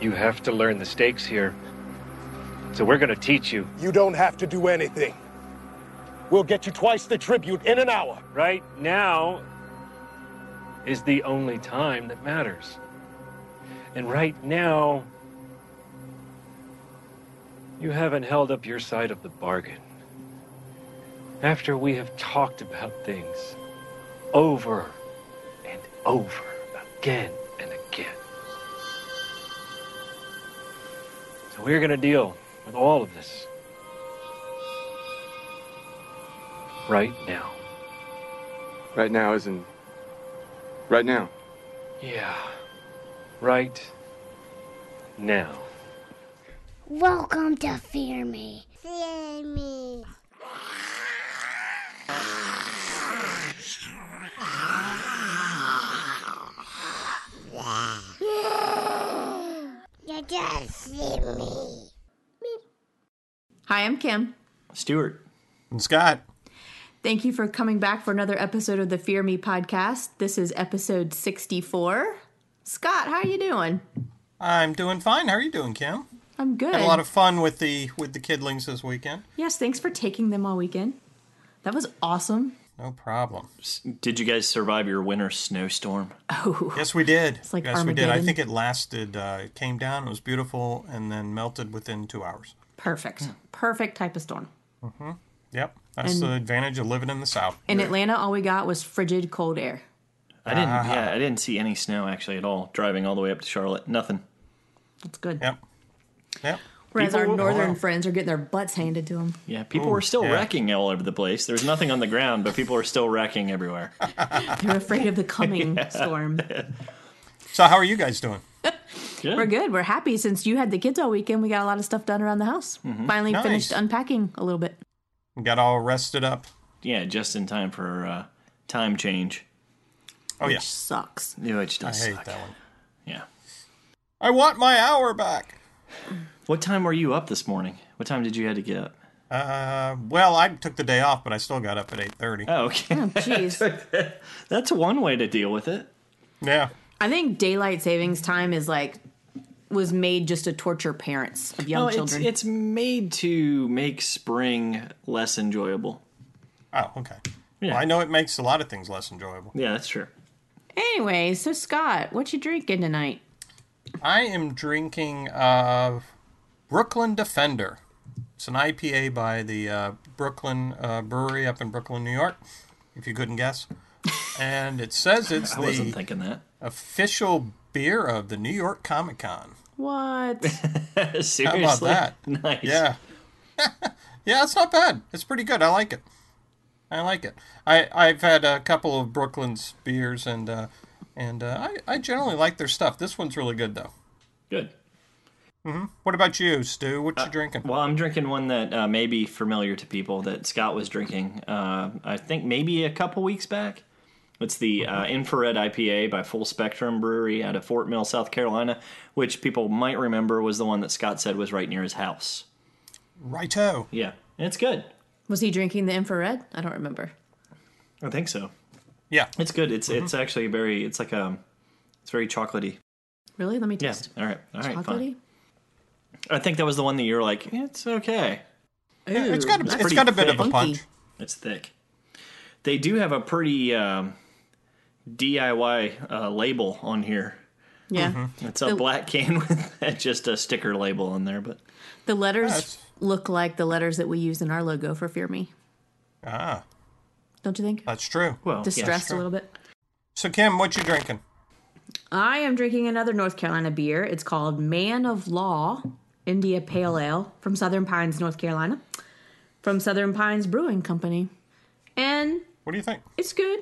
You have to learn the stakes here. So we're going to teach you. You don't have to do anything. We'll get you twice the tribute in an hour. Right now is the only time that matters. And right now, you haven't held up your side of the bargain. After we have talked about things over and over again and again. So we're going to deal with all of this right now. Right now, as in. Right now. Yeah. Right now. Welcome to Fear Me. Fear me. You just see me. Hi, I'm Kim. Stuart. And Scott. Thank you for coming back for another episode of the Fear Me podcast. This is episode 64. Scott, how you doing? I'm doing fine. How are you doing, Kim? I'm good. Had a lot of fun with the with the kidlings this weekend. Yes, thanks for taking them all weekend. That was awesome. No problem. S- Did you guys survive your winter snowstorm? Yes, we did. like yes, we did. I Armageddon. think it lasted. Uh, it came down. It was beautiful, and then melted within two hours. Perfect. Perfect type of storm. Yep, that's the advantage of living in the south. In Atlanta, all we got was frigid cold air. I didn't. Ah. Yeah, I didn't see any snow actually at all. Driving all the way up to Charlotte, nothing. That's good. Yep, yep. Whereas People our were- northern friends are getting their butts handed to them. Yeah, people were still wrecking all over the place. There was nothing on the ground, but people were still wrecking everywhere. They're afraid of the coming storm. So, how are you guys doing? Good. We're good. We're happy since you had the kids all weekend. We got a lot of stuff done around the house. Finally Mm-hmm. Nice. finished unpacking a little bit. Got all rested up. Yeah, just in time for uh, time change. Oh yeah, Sucks. Yeah, which I does hate suck. that one. Yeah. I want my hour back. What time were you up this morning? What time did you had to get up? Uh, well, I took the day off, but I still got up at eight thirty. Oh, okay. Jeez. That's one way to deal with it. Yeah, I think daylight savings time is like was made just to torture parents of young No, it's children. it's made to make spring less enjoyable. Oh, okay. Yeah. Well, I know it makes a lot of things less enjoyable. Yeah, that's true. anyway, so Scott, what you drinking tonight? I am drinking uh, Brooklyn Defender. It's an IPA by the uh, Brooklyn uh, Brewery up in Brooklyn, New York, if you couldn't guess. And it says it's I wasn't the thinking that. official beer of the New York Comic Con. What? Seriously? How about that? Nice. Yeah. yeah, it's not bad. It's pretty good. I like it. I like it. I, I've had a couple of Brooklyn's beers, and uh, and uh, I, I generally like their stuff. This one's really good, though. Good. What about you, Stu? What you drinking? Well, I'm drinking one that uh, may be familiar to people that Scott was drinking. Uh, I think maybe a couple weeks back. It's the uh, Infrared IPA by Full Spectrum Brewery out of Fort Mill, South Carolina, which people might remember was the one that Scott said was right near his house. Righto. Yeah, and it's good. Was he drinking the infrared? I don't remember. I think so. Yeah. It's good. It's it's actually very. It's like um, it's very chocolatey. Really? Let me Yeah. taste. All right. All right. Chocolatey? Fine. I think that was the one that you were like, it's okay. Yeah, it's got a, it's pretty got a bit of thick. a punch. Funky. It's thick. They do have a pretty um, DIY uh, label on here. Yeah. It's a black can with just a sticker label on there, but The letters Yes. look like the letters that we use in our logo for Fear Me. Ah, Don't you think? that's true. well, Distressed sure. a little bit. So Kim, what you drinking? I am drinking another North Carolina beer. It's called Man of Law India Pale Ale from Southern Pines, North Carolina, from Southern Pines Brewing Company. And What do you think? it's good.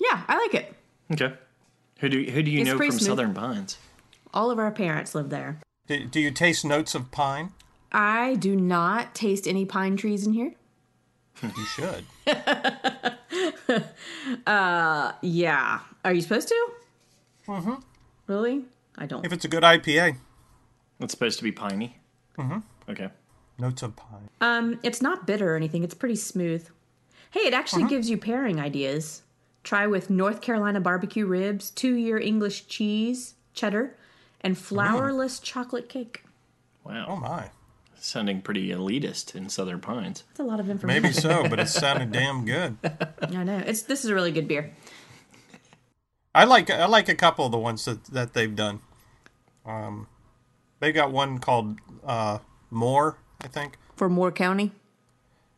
Yeah, I like it. yes. Okay. Who do who do you It's know from pretty smooth. Southern Pines? All of our parents live there. Do, do you taste notes of pine? I do not taste any pine trees in here. You should. Yeah. Are you supposed to? Mm-hmm. Really? I don't. if it's a good IPA, It's supposed to be piney. Mm-hmm. Okay. notes of pine. Um, it's not bitter or anything. It's pretty smooth. Hey, it actually gives you pairing ideas. Try with North Carolina barbecue ribs, two-year English cheese, cheddar, and flourless chocolate cake. Oh Wow. my. Sounding pretty elitist in Southern Pines. That's a lot of information. Maybe so, but it sounded damn good. I know. It's this is a really good beer. I like I like a couple of the ones that, that they've done. Um, they've got one called uh, More, I think. For Moore County.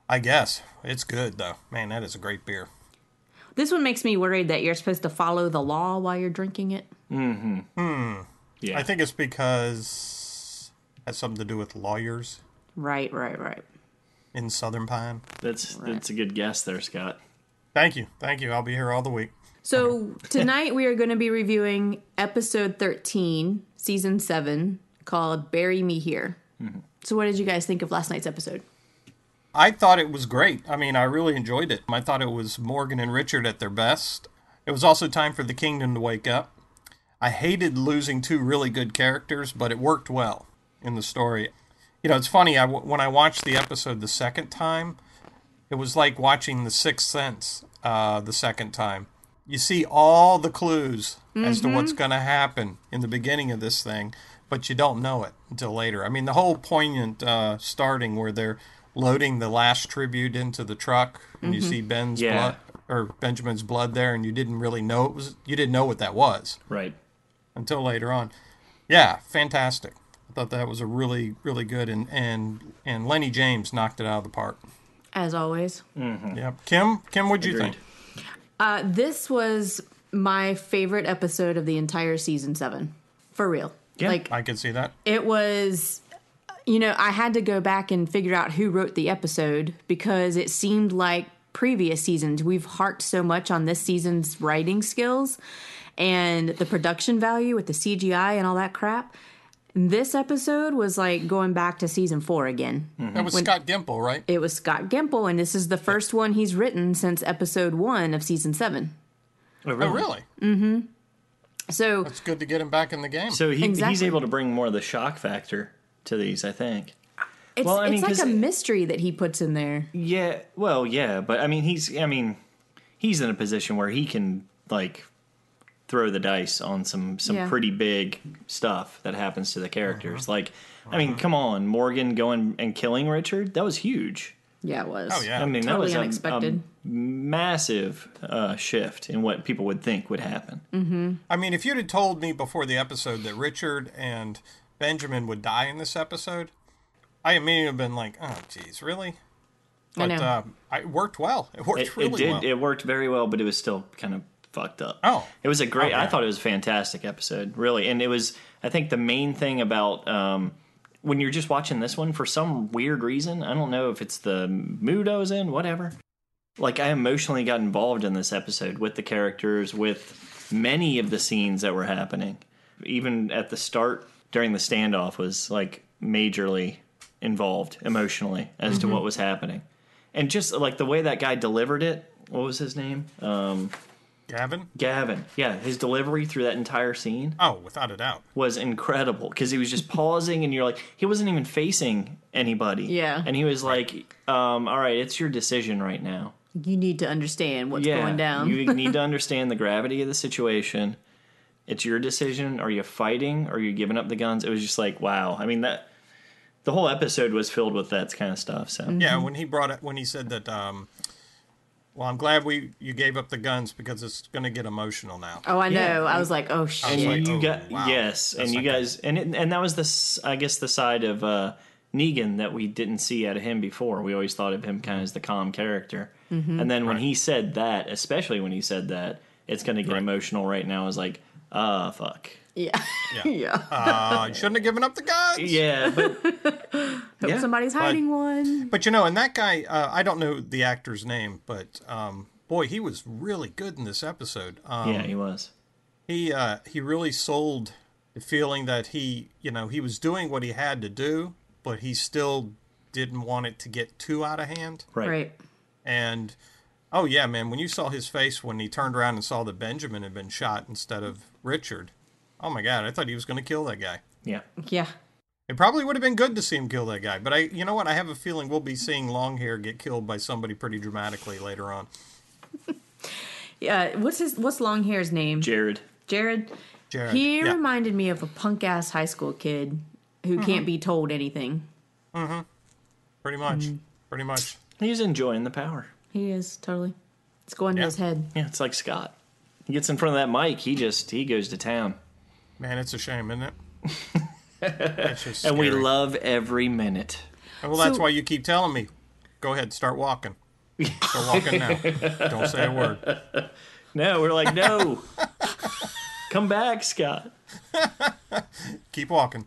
I guess it's good though. Man, that is a great beer. This one makes me worried that you're supposed to follow the law while you're drinking it. Yeah. I think it's because it has something to do with lawyers Right, right, right. in Southern Pine. that's that's a good guess there, Scott. Thank you, thank you. I'll be here all the week. So tonight we are going to be reviewing episode 13, season 7, called Bury Me Here. So what did you guys think of last night's episode? I thought it was great. I mean, I really enjoyed it. I thought it was Morgan and Richard at their best. It was also time for the kingdom to wake up. I hated losing two really good characters, but it worked well in the story. You know, it's funny. I, when I watched the episode the second time, it was like watching The Sixth Sense uh, the second time. You see all the clues as to what's going to happen in the beginning of this thing, but you don't know it until later. I mean, the whole poignant uh, starting where they're loading the last tribute into the truck, and you see Ben's Yeah. blood or Benjamin's blood there, and you didn't really know it was. You didn't know what that was Right. until later on. Yeah, fantastic. I thought that was a really, really good and and and Lenny James knocked it out of the park. As always. Yep. Kim, Kim, what'd you Agreed. think? Uh, this was my favorite episode of the entire season 7. For real. Yeah. Like I could see that. it was you know i had to go back and figure out who wrote the episode because it seemed like previous seasons we've harped so much on this season's writing skills and the production value with the cgi and all that crap this episode was like going back to season four again That was Scott Gimple, right? it was scott gimple and this is the first one he's written since episode one of season seven Oh, really? so It's good to get him back in the game. So he, he's Exactly. able to bring more of the shock factor to these, I think. it's, Well, I mean, it's 'cause like a it- mystery that he puts in there Yeah, well, yeah, but I mean, he's I mean, he's in a position where he can like throw the dice on some some Yeah. pretty big stuff that happens to the characters. Like, I mean, come on, Morgan going and killing Richard, that was huge. yeah it was oh yeah. I mean, that Totally was a- a unexpected. massive uh, shift in what people would think would happen. I mean, if you'd have told me before the episode that Richard and Benjamin would die in this episode, I immediately have been like, "Oh, geez, really?" I But know. uh, it worked well. It worked It, it really did. well. It worked very well, but it was still kind of fucked up. Oh. it was a great. I Okay. thought it was a fantastic episode, really. And it was. I think the main thing about um, when you're just watching this one for some weird reason, I don't know if it's the mood I was in, whatever. Like I emotionally got involved in this episode with the characters, with many of the scenes that were happening. Even at the start during the standoff was like majorly involved emotionally as Mm-hmm. to what was happening and just like the way that guy delivered it what was his name um Gavin? gavin yeah his delivery through that entire scene Oh, without a doubt. was incredible because he was just pausing and you're like he wasn't even facing anybody Yeah. and he was like um all right it's your decision right now you need to understand what's yeah going down you need to understand the gravity of the situation it's your decision are you fighting are you giving up the guns it was just like wow i mean that the whole episode was filled with that kind of stuff so Yeah, Mm-hmm. when he brought it, when he said that, um, well, I'm glad we you gave up the guns because it's going to get emotional now. Oh, I know. Yeah. I was like, oh shit. was like, you oh, got wow. yes, and That's you not good. guys, and it, and that was the s- I guess the side of uh, Negan that we didn't see out of him before. We always thought of him kind of as the calm character, Mm-hmm. and then when he said that, especially when he said that, it's going to get emotional right now. I was like, uh, fuck, yeah. Yeah. yeah. Uh, you shouldn't have given up the guns. yeah, but Hope yeah. somebody's hiding one. But you know, and that guy, uh, I don't know the actor's name, but um, boy, he was really good in this episode. Um, yeah, he was. He uh, he really sold the feeling that he, you know, he was doing what he had to do, but he still didn't want it to get too out of hand. Right. Right. And oh yeah, man, when you saw his face when he turned around and saw that Benjamin had been shot instead of Richard, oh my God, I thought he was going to kill that guy. Yeah, Yeah. It probably would have been good to see him kill that guy, but I, you know what? I have a feeling we'll be seeing Longhair get killed by somebody pretty dramatically later on. Yeah. What's his what's long hair's name? Jared. Jared. Jared. He yeah. reminded me of a punk ass high school kid who Uh-huh. can't be told anything. pretty much. Mm. Pretty much. He's enjoying the power. He is totally. It's going to Yeah. his head. Yeah, it's like Scott. He gets in front of that mic, he just he goes to town. Man, it's a shame, isn't it? That's just And we scary. love every minute. Well, that's So- why you keep telling me. Go ahead, start walking. Start walking now. Don't say a word. No, we're like, no. Come back, Scott. Keep walking.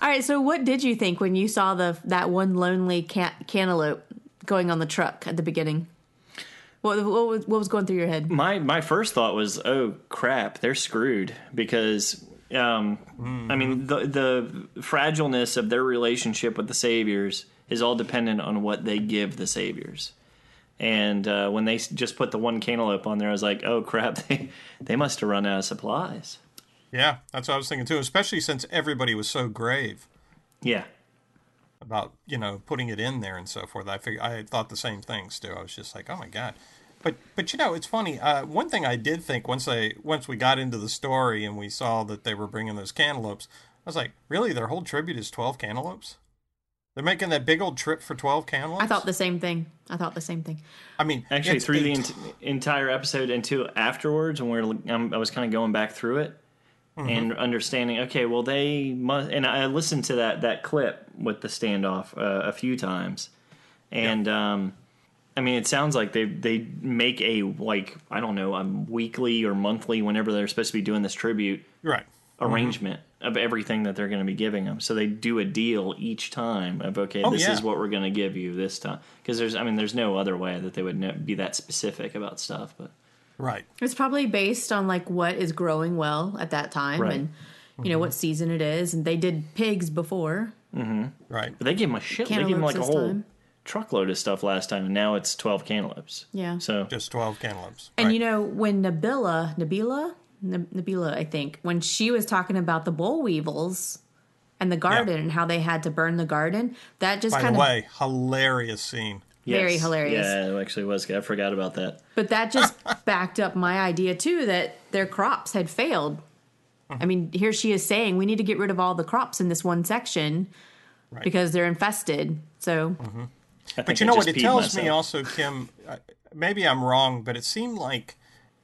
All right. So, what did you think when you saw the that one lonely can- cantaloupe going on the truck at the beginning? What, what was what was going through your head? My my first thought was, oh crap, they're screwed because um, I mean the the fragileness of their relationship with the saviors is all dependent on what they give the saviors. And uh, when they s- just put the one cantaloupe on there, I was like, oh crap, they they must have run out of supplies. Yeah, that's what I was thinking too, especially since everybody was so grave Yeah, about, you know, putting it in there and so forth. I fig- I thought the same things too. I was just like, oh my God. But but you know, it's funny. Uh, one thing I did think once they once we got into the story and we saw that they were bringing those cantaloupes, I was like, really, their whole tribute is twelve cantaloupes? They're making that big old trip for twelve cantaloupes. I thought the same thing. I thought the same thing. I mean, actually it's through a the ent- entire episode until afterwards when we we're um, i was kind of going back through it and understanding okay well they must and i listened to that that clip with the standoff uh, a few times and um i mean it sounds like they they make a like i don't know a weekly or monthly whenever they're supposed to be doing this tribute Right. Mm-hmm. arrangement of everything that they're going to be giving them. So they do a deal each time of okay, Oh, this yeah. is what we're going to give you this time. Because there's, I mean, there's no other way that they would know, be that specific about stuff. But Right. It's probably based on like what is growing well at that time Right. and you know what Mm-hmm. season it is. And they did pigs before. Right. but they gave them a shit. They gave them Cantaloupes like a this whole time. truckload of stuff last time, and now it's twelve cantaloupes. Yeah. So Just 12 cantaloupes. And right. you know when Nabila, Nabila, Nab- Nabila, I think when she was talking about the boll weevils and the garden and how they had to burn the garden, that just By kind the of way, hilarious scene. very yes. hilarious. Yeah, it actually was. I forgot about that. But that just backed up my idea too that their crops had failed. Mm-hmm. I mean, here she is saying we need to get rid of all the crops in this one section because they're infested. So I But think you I know just what? It peed tells me myself. also, Kim, I- maybe I'm wrong, but it seemed like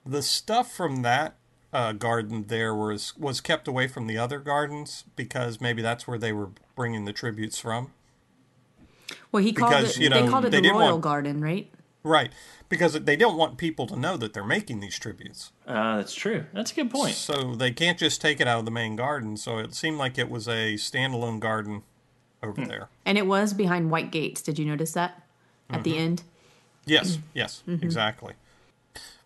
the stuff from that uh, garden there was, was kept away from the other gardens because maybe that's where they were bringing the tributes from. well, he called Because, it. you know, they called it they the didn't royal want- garden, right? Right. Because they don't want people to know that they're making these tributes. Uh, that's true. That's a good point. So they can't just take it out of the main garden. So it seemed like it was a standalone garden Hmm. over there. And it was behind white gates. Did you notice that at Mm-hmm. the end? Yes, Mm-hmm. yes, exactly.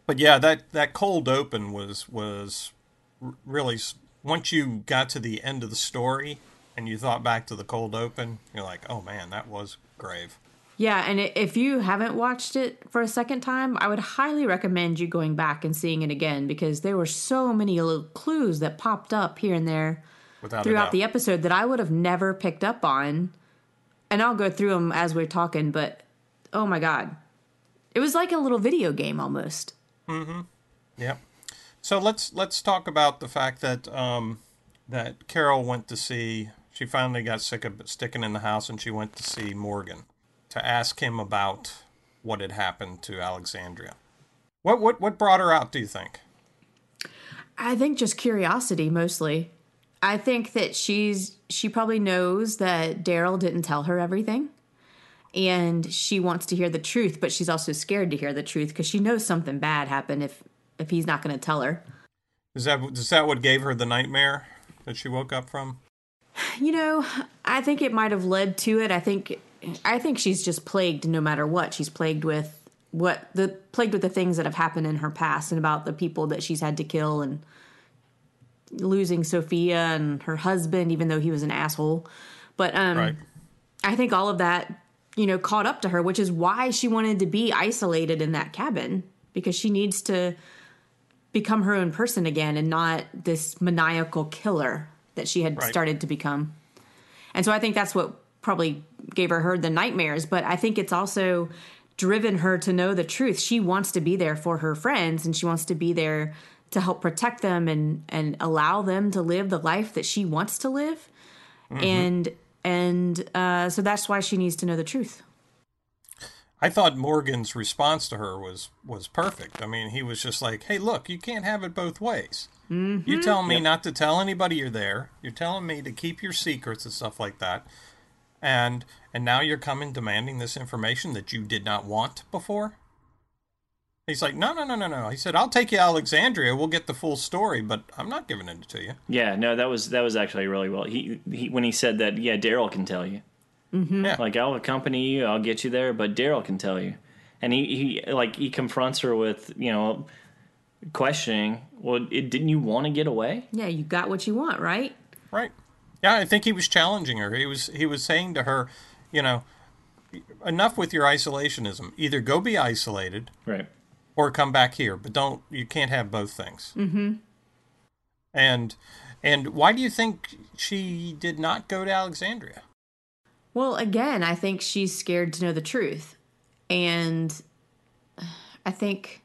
But yeah, that that cold open was was r- really s- once you got to the end of the story and you thought back to the cold open, you're like, oh man, that was grave. Yeah, and i- if you haven't watched it for a second time, I would highly recommend you going back and seeing it again because there were so many little clues that popped up here and there Without throughout a the doubt. episode that I would have never picked up on. And I'll go through them as we're talking, but oh my God. It was like a little video game almost. Yep. So let's let's talk about the fact that um, that Carol went to see. She finally got sick of sticking in the house, and she went to see Morgan to ask him about what had happened to Alexandria. What what what brought her out? Do you think? I think just curiosity mostly. I think that she's she probably knows that Daryl didn't tell her everything and she wants to hear the truth, but she's also scared to hear the truth cuz she knows something bad happened if if he's not going to tell her. Is that is that what gave her the nightmare that she woke up from? You know, I think it might have led to it. I think I think she's just plagued no matter what. She's plagued with what the plagued with the things that have happened in her past and about the people that she's had to kill and losing Sophia and her husband even though he was an asshole. But um Right. I think all of that, you know, caught up to her, which is why she wanted to be isolated in that cabin because she needs to become her own person again and not this maniacal killer that she had Right. started to become. And so I think that's what probably gave her, her the nightmares, but I think it's also driven her to know the truth. She wants to be there for her friends and she wants to be there to help protect them and and allow them to live the life that she wants to live and and uh, so that's why she needs to know the truth I thought Morgan's response to her was was perfect. I mean, he was just like, "Hey, look, you can't have it both ways. You tell me not to tell anybody you're there. You're telling me to keep your secrets and stuff like that, and and now you're coming demanding this information that you did not want before." He's like, "No, no, no, no, no." He said, "I'll take you to Alexandria. We'll get the full story, but I'm not giving it to you." Yeah, no, that was that was actually really well. He, he when he said that, yeah, Daryl can tell you. Mm-hmm. Yeah. Like I'll accompany you, I'll get you there, but Daryl can tell you. And he, he like he confronts her with you know questioning. Well, it, didn't you want to get away? yeah you got what you want right Right. Yeah, I think he was challenging her. He was he was saying to her, you know, enough with your isolationism. Either go be isolated Right. or come back here, but don't you can't have both things. Mm-hmm. And and why do you think she did not go to Alexandria? Well, again, I think she's scared to know the truth. And I think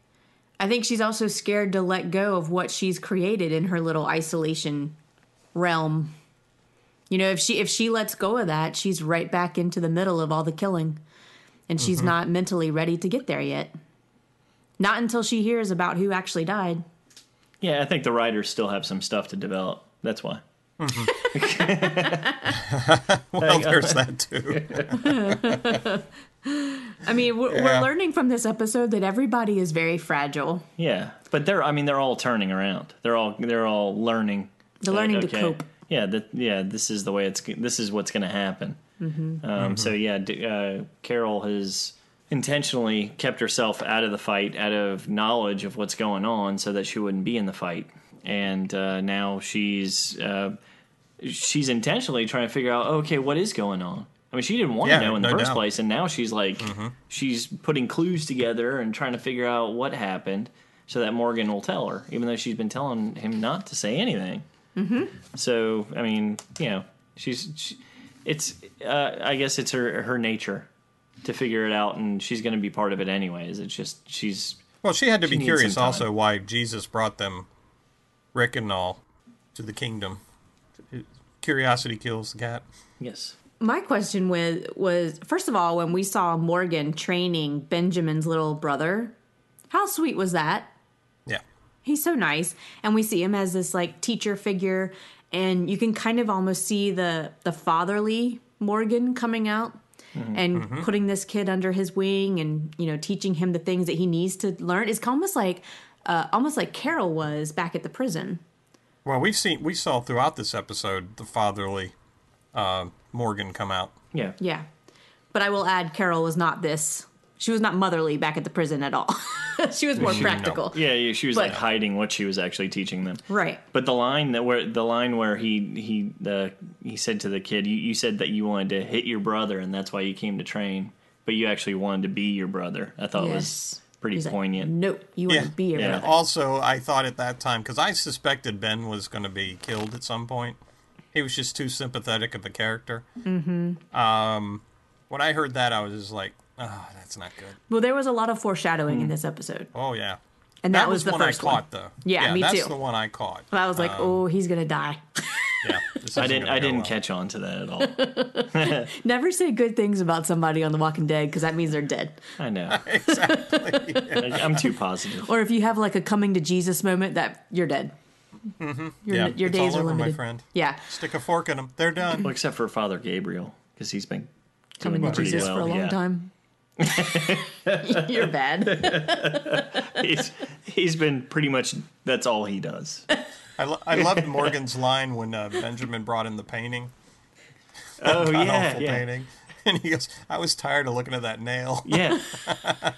I think she's also scared to let go of what she's created in her little isolation realm. You know, if she if she lets go of that, she's right back into the middle of all the killing. And she's not mentally ready to get there yet. Not until she hears about who actually died. Yeah, I think the writers still have some stuff to develop. That's why. Well, there's that too. I mean, we're, Yeah. we're learning from this episode that everybody is very fragile. Yeah, but they're I mean they're all turning around. They're all they're all learning. They're learning to cope. Yeah, that yeah. This is the way it's. This is what's going to happen. Um, So Mm-hmm. yeah, d- uh, Carol has intentionally kept herself out of the fight, out of knowledge of what's going on, so that she wouldn't be in the fight. And uh, now she's uh, she's intentionally trying to figure out oh, okay, what is going on. I mean, she didn't want Yeah, to know in the no first doubt. Mm-hmm. place, and now she's like she's putting clues together and trying to figure out what happened so that Morgan will tell her, even though she's been telling him not to say anything. So I mean, you know, she's she, it's uh, I guess it's her her nature to figure it out, and she's going to be part of it anyways. It's just she's Well, she had to She be needs some curious time. also why Jesus brought them, Rick and all, to the kingdom. Curiosity kills the cat. yes, my question was was first of all when we saw Morgan training Benjamin's little brother, how sweet was that? Yeah. He's so nice, and we see him as this like teacher figure, and you can kind of almost see the the fatherly Morgan coming out and putting this kid under his wing, and you know teaching him the things that he needs to learn. It's almost like uh, almost like Carol was back at the prison. Well, we've seen we saw throughout this episode the fatherly uh, Morgan come out. yeah, Yeah. But I will add, Carol was not this. She was not motherly back at the prison at all. she was more practical. yeah, yeah. She was like But- hiding what she was actually teaching them. Right. But the line that where the line where he he the he said to the kid, you, you said that you wanted to hit your brother, and that's why you came to train, but you actually wanted to be your brother. I thought it was Yes. pretty He's like, poignant. nope, you want to be your Yeah. brother. Also, I thought at that time because I suspected Ben was going to be killed at some point. He was just too sympathetic of a character. Mm-hmm. Um, when I heard that, I was just like, "Oh, that's not good." Well, there was a lot of foreshadowing in this episode. Oh yeah, And that, was, the one first I caught one. though. Yeah, me that's too. the one I caught. I was Um, like, oh, he's going to die. Yeah, this I isn't didn't gonna I go didn't well. catch on to that at all. Never say good things about somebody on The Walking Dead because that means they're dead. I know. exactly. I'm too positive. Or if you have like a coming to Jesus moment, that you're dead. Your, Yeah, your it's days all are over, limited. my friend. Yeah. Stick a fork in them. They're done. Well, except for Father Gabriel, because he's been Coming to pretty Jesus for a well, long yeah. time. you're bad. he's, he's been pretty much that's all he does. I, lo- I loved Morgan's line when uh, Benjamin brought in the painting. Oh god yeah, awful yeah, painting. And he goes, I was tired of looking at that nail. yeah.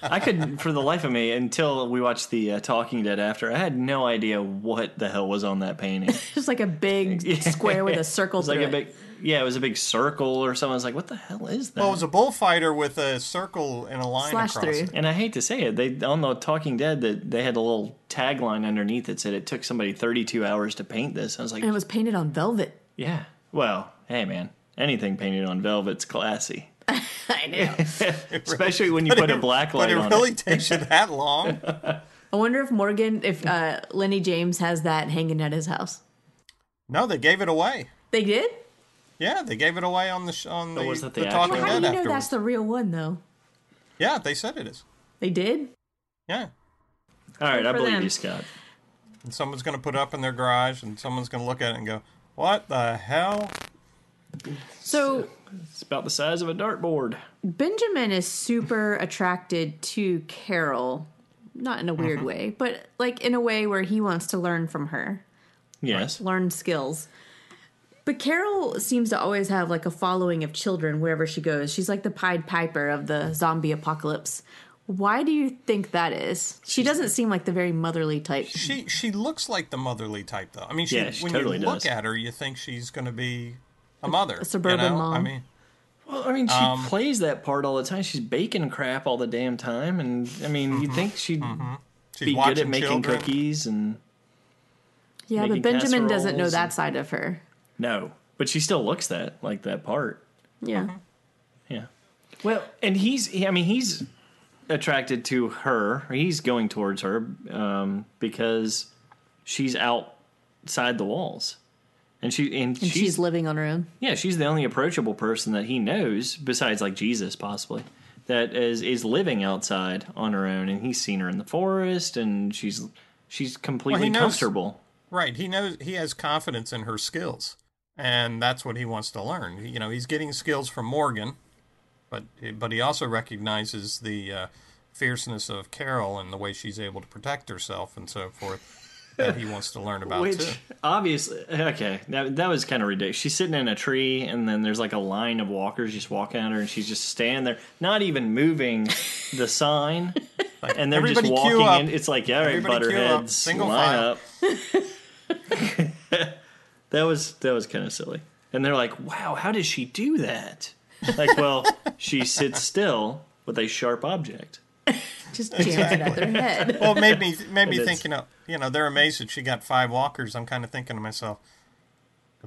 I couldn't for the life of me until we watched the uh, Talking Dead after. I had no idea what the hell was on that painting. just like a big square with a circle It was like through a big, yeah, it was a big circle or something. I was like, what the hell is that? Well, it was a bullfighter with a circle and a line Slash across through. it. and I hate to say it, they on the Talking Dead that they had a little tagline underneath that said it took somebody 32 hours to paint this. I was like, and it was painted on velvet. yeah. Well, hey man, anything painted on velvet's classy. I know. Especially when you put a black But light it on really it. takes you that long. I wonder if Morgan, if uh, Lenny James has that hanging at his house. No, they gave it away. They did? Yeah, they gave it away on the sh- on the, Oh, was that the the Talking How actual- do you Dead know afterwards. that's the real one, though? Yeah, they said it is. They did? Yeah, All right, I for believe them. you, Scott. and someone's gonna put up in their garage, and someone's gonna look at it and go, "What the hell?" So It's about the size of a dartboard. Benjamin is super attracted to Carol, not in a weird Mm-hmm. way, but like in a way where he wants to learn from her, Yes. learn skills. But Carol seems to always have like a following of children wherever she goes. She's like the Pied Piper of the zombie apocalypse. Why do you think that is? She doesn't seem like the very motherly type. She she looks like the motherly type, though. I mean, she, Yeah, she when totally you does. look at her, you think she's gonna be a mother, a suburban you know? I mom. mean, Well, I mean, she Um, plays that part all the time. She's baking crap all the damn time, and I mean, you'd think she'd she's be Mm-hmm. watching good at making children. cookies and yeah, but making Benjamin doesn't know casseroles that and- side of her. no, but she still looks that like that part. Yeah. Uh-huh. Yeah. Well, and he's he- I mean he's attracted to her. or He's going towards her um, because she's outside the walls. And she and, And she's, she's living on her own. yeah, she's the only approachable person that he knows besides like Jesus possibly that is is living outside on her own and he's seen her in the forest and she's she's completely knows- comfortable. Right. He knows he has confidence in her skills, and that's what he wants to learn. You know, he's getting skills from Morgan, but but he also recognizes the uh, fierceness of Carol and the way she's able to protect herself and so forth that he wants to learn about Which too. obviously, okay, that that was kind of ridiculous. She's sitting in a tree, and then there's like a line of walkers just walking at her, and she's just standing there, not even moving the sign, and they're just "Everybody queue walking up. in. It's like, all right, Everybody queue up. butterheads, Single line file." up. that was that was kind of silly. And they're like, wow, how does she do that? Like, well, she sits still with a sharp object. Just jams it at their head. Well, it made me made me It think. is. You know, you know, they're amazed that she got five walkers. I'm kind of thinking to myself,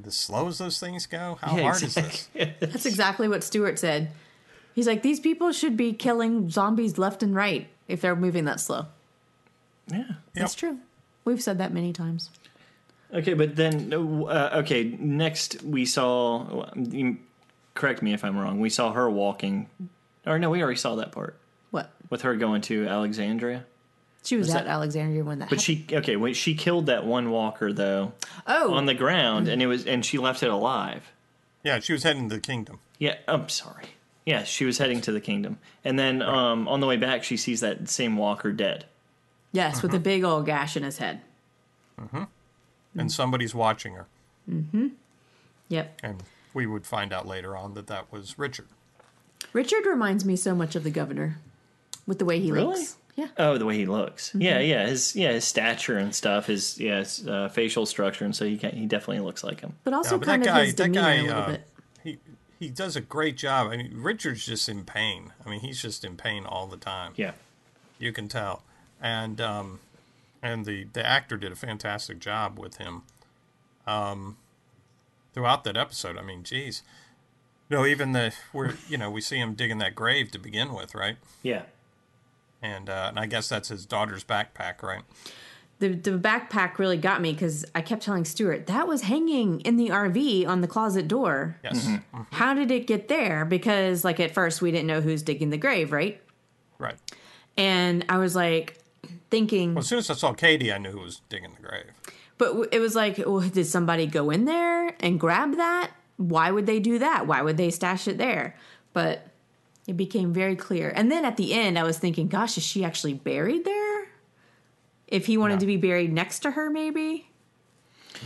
as slow as those things go, how Yeah, hard exactly. is this? That's exactly what Stewart said. He's like, these people should be killing zombies left and right if they're moving that slow. Yeah. That's true. We've said that many times. Okay, but then uh, okay. Next, we saw. you- Correct me if I'm wrong. We saw her walking, or no, we already saw that part What? with her going to Alexandria. She was, at that- Alexandria when that But she okay. Wait, she killed that one walker though happened. Oh, on the ground, and it was and she left it alive. Yeah, she was heading to the kingdom. Yeah, I'm sorry. Yeah, she was heading to the kingdom, and then um, on the way back, she sees that same walker dead. yes, with a Uh-huh. big old gash in his head. Mm. and somebody's watching her. Yep. And we would find out later on that that was Richard. Richard reminds me so much of the governor with the way he Really? looks. Yeah. Uh, Oh, the way he looks. Yeah, yeah, his yeah his stature and stuff, his yeah his, uh, facial structure, and so he can, he definitely looks like him. But also Yeah, but that kind of guy- his that demeanor guy, a little uh, bit. He he does a great job. I mean, Richard's just in pain. I mean, he's just in pain all the time. Yeah. You can tell. And um and the the actor did a fantastic job with him. Um throughout that episode. I mean, geez. No, even the we're you know, we see him digging that grave to begin with, right? Yeah. And uh and I guess that's his daughter's backpack, right? The, the backpack really got me because I kept telling Stewart that was hanging in the RV on the closet door. Yes. Mm-hmm. Mm-hmm. How did it get there? Because, like, at first we didn't know who's digging the grave, right? Right. and I was like thinking, As soon as I saw Katie, I knew who was digging the grave. but w- it was like, well, did somebody go in there and grab that? Why would they do that? Why would they stash it there? But it became very clear. And then at the end, I was thinking, gosh, is she actually buried there? If he wanted to be buried next to her, maybe.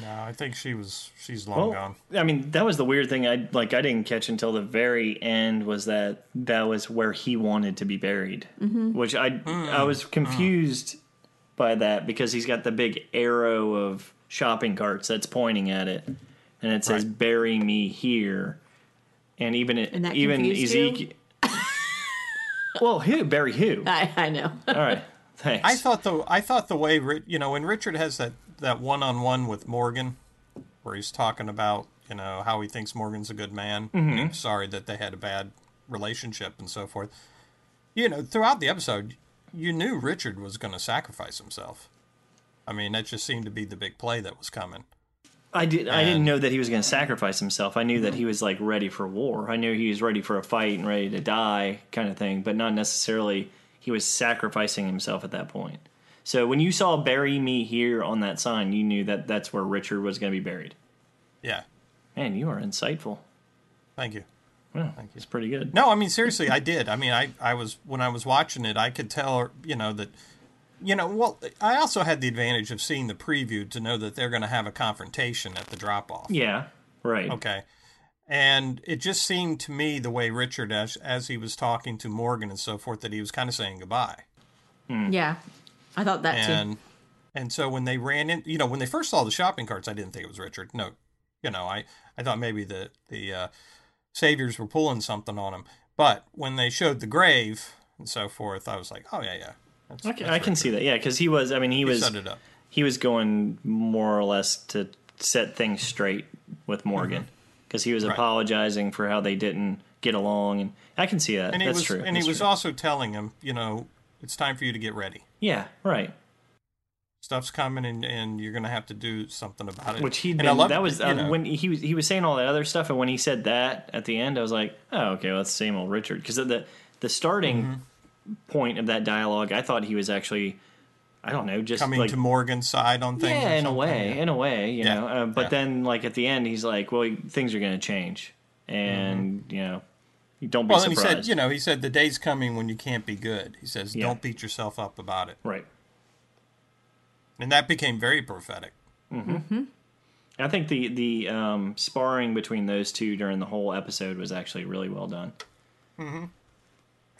No, I think she was. She's long Well, gone. I mean, that was the weird thing. I like I didn't catch until the very end was that that was where he wanted to be buried, Mm-hmm. which I I was confused by that because he's got the big arrow of shopping carts that's pointing at it, and it says "Bury me here," and even it And that even confused you? Ezekiel. well, who bury who? I, I know. All right, thanks. I thought the I thought the way Ri- you know when Richard has that that one on one with Morgan, where he's talking about you know how he thinks Morgan's a good man. and he's sorry that they had a bad relationship and so forth. You know, throughout the episode, you knew Richard was going to sacrifice himself. I mean, that just seemed to be the big play that was coming. I did. I didn't know that he was going to sacrifice himself. I knew that he was like ready for war. I knew he was ready for a fight and ready to die, kind of thing. But not necessarily he was sacrificing himself at that point. So when you saw "bury me here" on that sign, you knew that that's where Richard was going to be buried. Yeah. Man, you are insightful. Thank you. Wow, it's pretty good. No, I mean seriously, I did. I mean, I I was when I was watching it, I could tell, you know, that you know, well, I also had the advantage of seeing the preview to know that they're going to have a confrontation at the drop off. Yeah, right. Okay. And it just seemed to me the way Richard as as he was talking to Morgan and so forth that he was kind of saying goodbye. Yeah, I thought that too. and and so when they ran in you know when they first saw the shopping carts i didn't think it was richard no you know i i thought maybe the the uh saviors were pulling something on him but when they showed the grave and so forth i was like oh yeah yeah that's, I can, I can see that. Yeah, because he was. I mean, he, he was. set it up He was going more or less to set things straight with Morgan Mm-hmm. because he was apologizing for how they didn't get along, and I can see that. and he That's was true. and he That's was true. also telling him you know it's time for you to get ready Yeah, right. stuff's coming and, and you're gonna have to do something about it Which he And been, I loved, that was you uh, know, when he was he was saying all that other stuff, and when he said that at the end, I was like, oh, okay, well, that's the same old Richard. Because the the starting Mm-hmm. point of that dialogue, I thought he was actually, I don't know, just coming like to morgan's side on things yeah, or in a something, way, yeah. in a way, you Yeah, know. Uh, but yeah. then, like at the end, he's like, "Well, things are going to change, and you know, you don't be Mm-hmm. well, and he surprised." said, you know, he said the day's coming when you can't be good. He says, Yeah. don't beat yourself up about it, Right. and that became very prophetic. I think the the um, sparring between those two during the whole episode was actually really well done.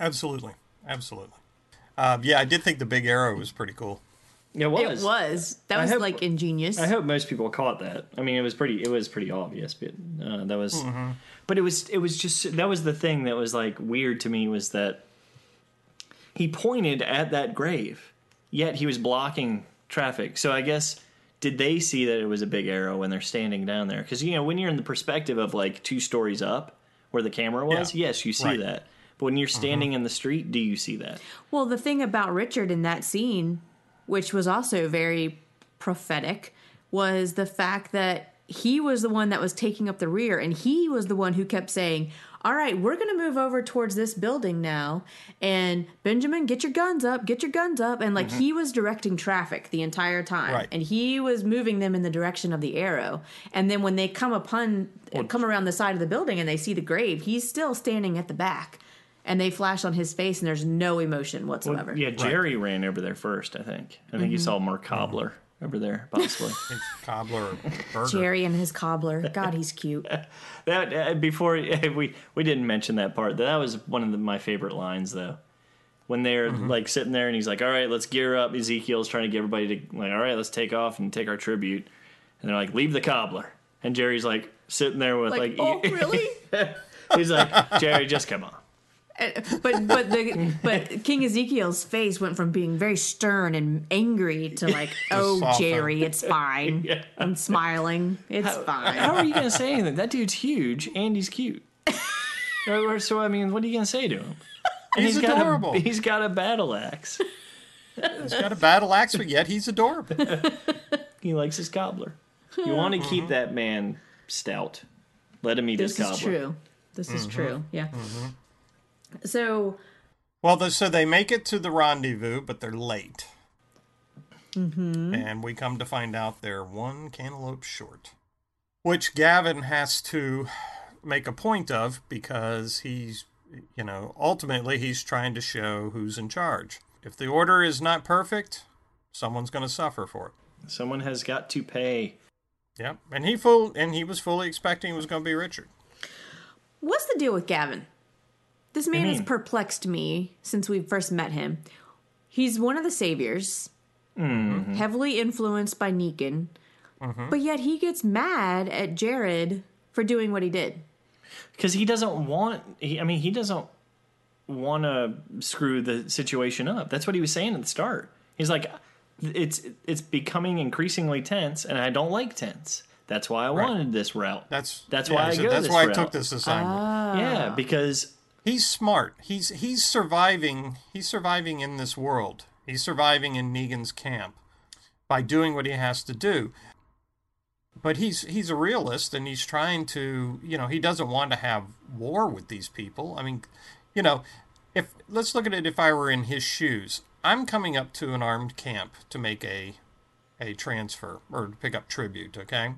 Absolutely, absolutely. Uh, yeah, I did think the big arrow was pretty cool. It It was. That I was hope- like ingenious. I hope most people caught that. I mean, it was pretty. It was pretty obvious, but uh, that was. Mm-hmm. But it was. It was just that was the thing that was like weird to me was that he pointed at that grave, yet he was blocking traffic. So I guess did they see that it was a big arrow when they're standing down there? Because you know when you're in the perspective of like two stories up where the camera was, Yeah. yes, you see Right. Mm-hmm. that. But when you're standing in the street, do you see that? Well, the thing about Richard in that scene, which was also very prophetic, was the fact that he was the one that was taking up the rear and he was the one who kept saying, All right, we're going to move over towards this building now. And Benjamin, get your guns up, get your guns up. And like he was directing traffic the entire time. Right. And he was moving them in the direction of the arrow. And then when they come upon, come around the side of the building and they see the grave, he's still standing at the back and they flash on his face and there's no emotion whatsoever. Yeah, Jerry ran over there first. I think. I think you saw Mark Cobbler Mm-hmm. over there, possibly. Cobbler or burger. Jerry and his cobbler. God, he's cute. That uh, before we we didn't mention that part. That was one of the, my favorite lines though. When they're like sitting there and he's like, "All right, let's gear up." Ezekiel's trying to get everybody to like, "All right, let's take off and take our tribute." And they're like, "Leave the cobbler." And Jerry's like sitting there with Like, like, oh, really? he's like, "Jerry, just come on." And- but but the but King Ezekiel's face went from being very stern and angry to like, oh, soften. Jerry, it's fine. I'm smiling. It's How fine. are you gonna say anything? That dude's huge and he's cute. Or- or so I mean, what are you gonna say to him? And He's got a- adorable. he's got a battle axe. He's got a battle axe, but yet he's adorable. He likes his cobbler. You want to keep that man stout. Let him eat This his is cobbler. Mm-hmm. true. This is true. Yeah. So well, the, so they make it to the rendezvous, but they're late. Mm-hmm. And we come to find out they're one cantaloupe short, which Gavin has to make a point of because he's, you know, ultimately he's trying to show who's in charge. If the order is not perfect, someone's going to suffer for it. Someone has got to pay. Yep. And he full and he was fully expecting it was going to be Richard. What's the deal with Gavin? This man has mean? perplexed me since we first met him. He's one of the saviors, Mm-hmm. heavily influenced by Negan, but yet he gets mad at Jared for doing what he did. Because he doesn't want. He, I mean, he doesn't want to screw the situation up. That's what he was saying at the start. He's like, it's it's becoming increasingly tense, and I don't like tense. That's why I wanted this route. That's that's yeah, why I so go That's this why route. Ah. I took this assignment. Yeah, because he's smart. He's he's surviving. He's surviving in this world. He's surviving in Negan's camp by doing what he has to do. But he's he's a realist and he's trying to, you know, he doesn't want to have war with these people. I mean, you know, if let's look at it if I were in his shoes. I'm coming up to an armed camp to make a a transfer or to pick up tribute, okay?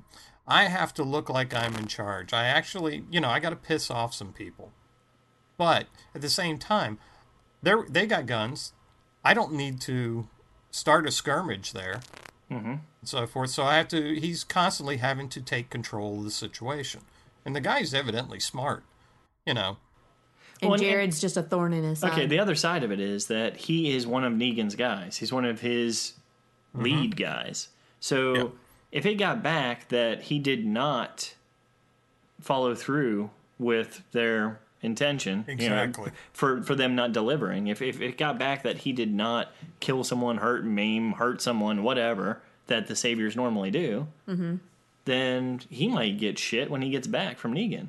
I have to look like I'm in charge. I actually, you know, I got to piss off some people. But at the same time, they they got guns. I don't need to start a skirmish there, mm-hmm. and so forth. So I have to. He's constantly having to take control of the situation, and the guy's evidently smart. You know, And Well, and- Jared's just a thorn in his side. Okay, the other side of it is that he is one of Negan's guys. He's one of his lead guys. So Mm-hmm. Yeah. if it got back that he did not follow through with their intention, you know, Exactly. for for them not delivering, if if it got back that he did not kill someone, hurt, maim, hurt someone, whatever that the saviors normally do, Mm-hmm. then he might get shit when he gets back from Negan.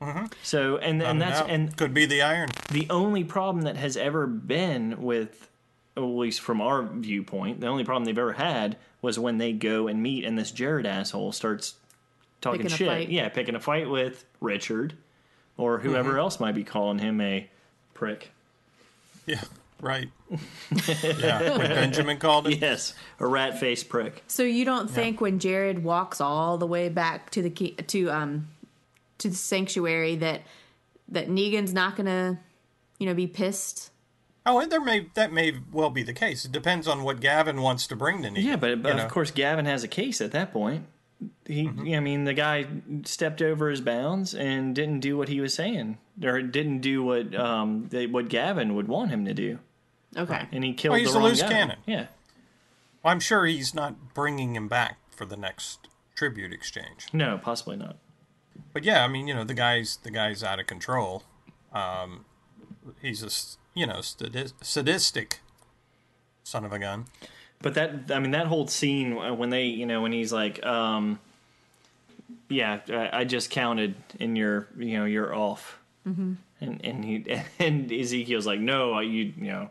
Mm-hmm. So and and I don't that's know. and could be the iron. the only problem that has ever been with at least from our viewpoint the only problem they've ever had was when they go and meet and this jared asshole starts talking Picking a shit fight. yeah picking a fight with richard or whoever Mm-hmm. else might be calling him a prick Yeah, right. yeah, what Benjamin called it. yes a rat faced prick So you don't think when Jared walks all the way back to the key, to um to the sanctuary that that Negan's not gonna you know be pissed? Oh, and there may that may well be the case. It depends on what Gavin wants to bring to Negan. yeah but, but you of know. course gavin has a case at that point he Mm-hmm. i mean the guy stepped over his bounds and didn't do what he was saying or didn't do what um they, what gavin would want him to do Okay. and he killed Well, Oh, he's the a wrong loose guy. cannon. Yeah, I'm sure he's not bringing him back for the next tribute exchange. no, possibly not. But yeah, I mean, you know, the guy's the guy's out of control. Um, he's a s- you know sadis- sadistic son of a gun. But that, I mean, that whole scene uh, when they, you know, when he's like, um, yeah, I, I just counted, and you're, you know, you're off. Mm-hmm. And and he and Ezekiel's like, no, I- you, you know,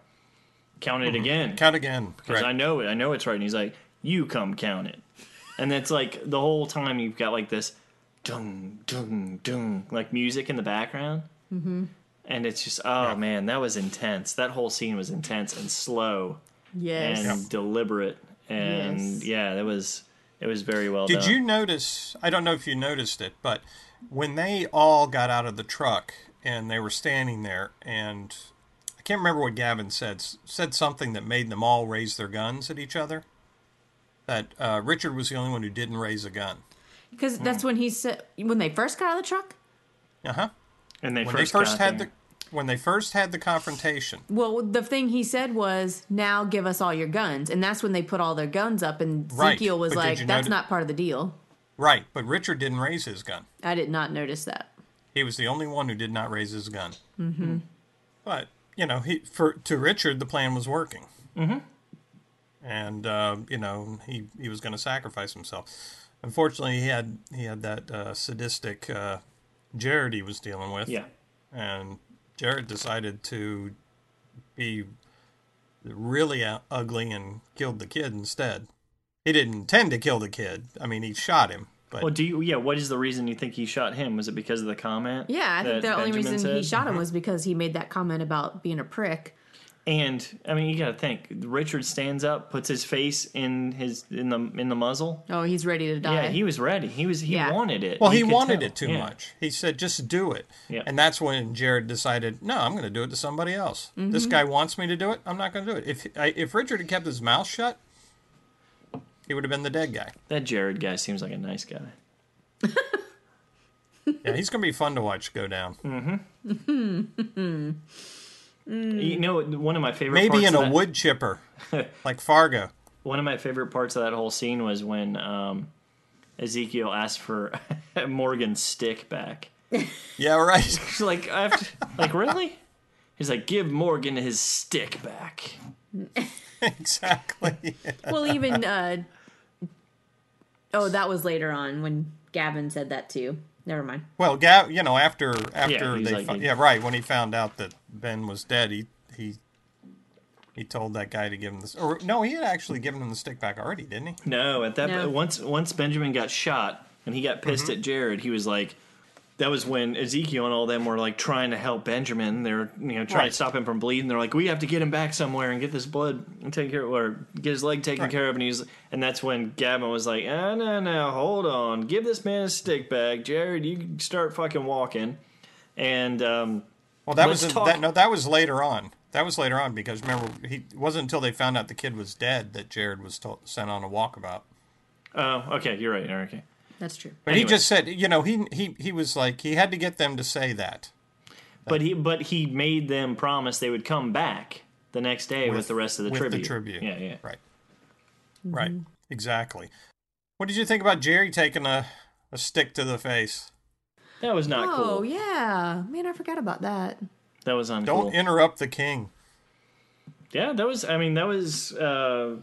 count Mm-hmm. it again Count again. because Right. I know it, I know it's right. And he's like, you come count it, and that's like the whole time you've got like this, dung dung dung, like music in the background. Mm-hmm. And it's just, oh man, that was intense. That whole scene was intense and slow. Yes. and deliberate and Yes. yeah that was it was very well Did done you notice? I don't know if you noticed it, but when they all got out of the truck and they were standing there, and I can't remember what Gavin said s- said something that made them all raise their guns at each other. That uh, Richard was the only one who didn't raise a gun. Because Mm. that's when he said when they first got out of the truck. Uh huh. and they When first, they first got had there. the when they first had the confrontation. Well, the thing he said was, "Now give us all your guns," and that's when they put all their guns up. And Right, Ezekiel was but did like, you "That's noti- not part of the deal." Right, but Richard didn't raise his gun. I did not notice that. He was the only one who did not raise his gun. Mm-hmm. But you know, he for to Richard the plan was working. Mm-hmm. And uh, you know, he he was going to sacrifice himself. Unfortunately, he had he had that uh, sadistic uh, Jared he was dealing with. yeah and Jared decided to be really u- ugly and killed the kid instead. He didn't intend to kill the kid. I mean, he shot him, but well do you yeah what is the reason you think he shot him was it because of the comment Yeah, I think that the only reason Benjamin he said? Mm-hmm. shot him was because he made that comment about being a prick. and i mean you gotta think richard stands up puts his face in his in the in the muzzle Oh, he's ready to die. yeah he was ready he was he Yeah. wanted it Well, he, You could wanted tell. it too Yeah. much. He said, "Just do it," Yeah. and that's when Jared decided, "No, I'm going to do it to somebody else. This Mm-hmm. guy wants me to do it. I'm not going to do it." If I, if Richard had kept his mouth shut, he would have been the dead guy. that jared guy seems like a nice guy Yeah, he's going to be fun to watch go down. you know one of my favorite Maybe parts in of a that- wood chipper, like Fargo. one of my favorite parts of that whole scene was when um, ezekiel asked for morgan's stick back Yeah, right. She's like, I have to, like, really? He's like, give Morgan his stick back. exactly. well, even uh, oh, that was later on when Gavin said that too. Never mind. Well, Gav, you know, after Yeah, after he's they, like, fo- he- yeah, right. When he found out that Ben was dead, he he he told that guy to give him this. Or no, he had actually given him the stick back already, didn't he? No, at that No. once once Benjamin got shot and he got Mm-hmm. pissed at Jared, he was like that was when Ezekiel and all them were like trying to help Benjamin. They're you know trying Right. to stop him from bleeding. They're like, we have to get him back somewhere and get this blood and take care of, or get his leg taken Right. care of. And he's and that's when Gavin was like, ah, no, no, hold on, give this man his stick back, Jared. You can start fucking walking. And um, Well, that Let's was talk- that. No, that was later on. That was later on because remember, he it wasn't until they found out the kid was dead that Jared was told, sent on a walkabout. oh, okay, you're right, okay. That's true. But Anyway. he just said, you know, he he he was like he had to get them to say that. But he but he made them promise they would come back the next day with, the rest of the with tribute. The tribute. Yeah, yeah. Right. Right. Exactly. What did you think about Jerry taking a, a stick to the face? That was not oh cool. yeah, man, I forgot about that. That was uncool. Don't interrupt the king. yeah, that was. I mean, that was. Uh,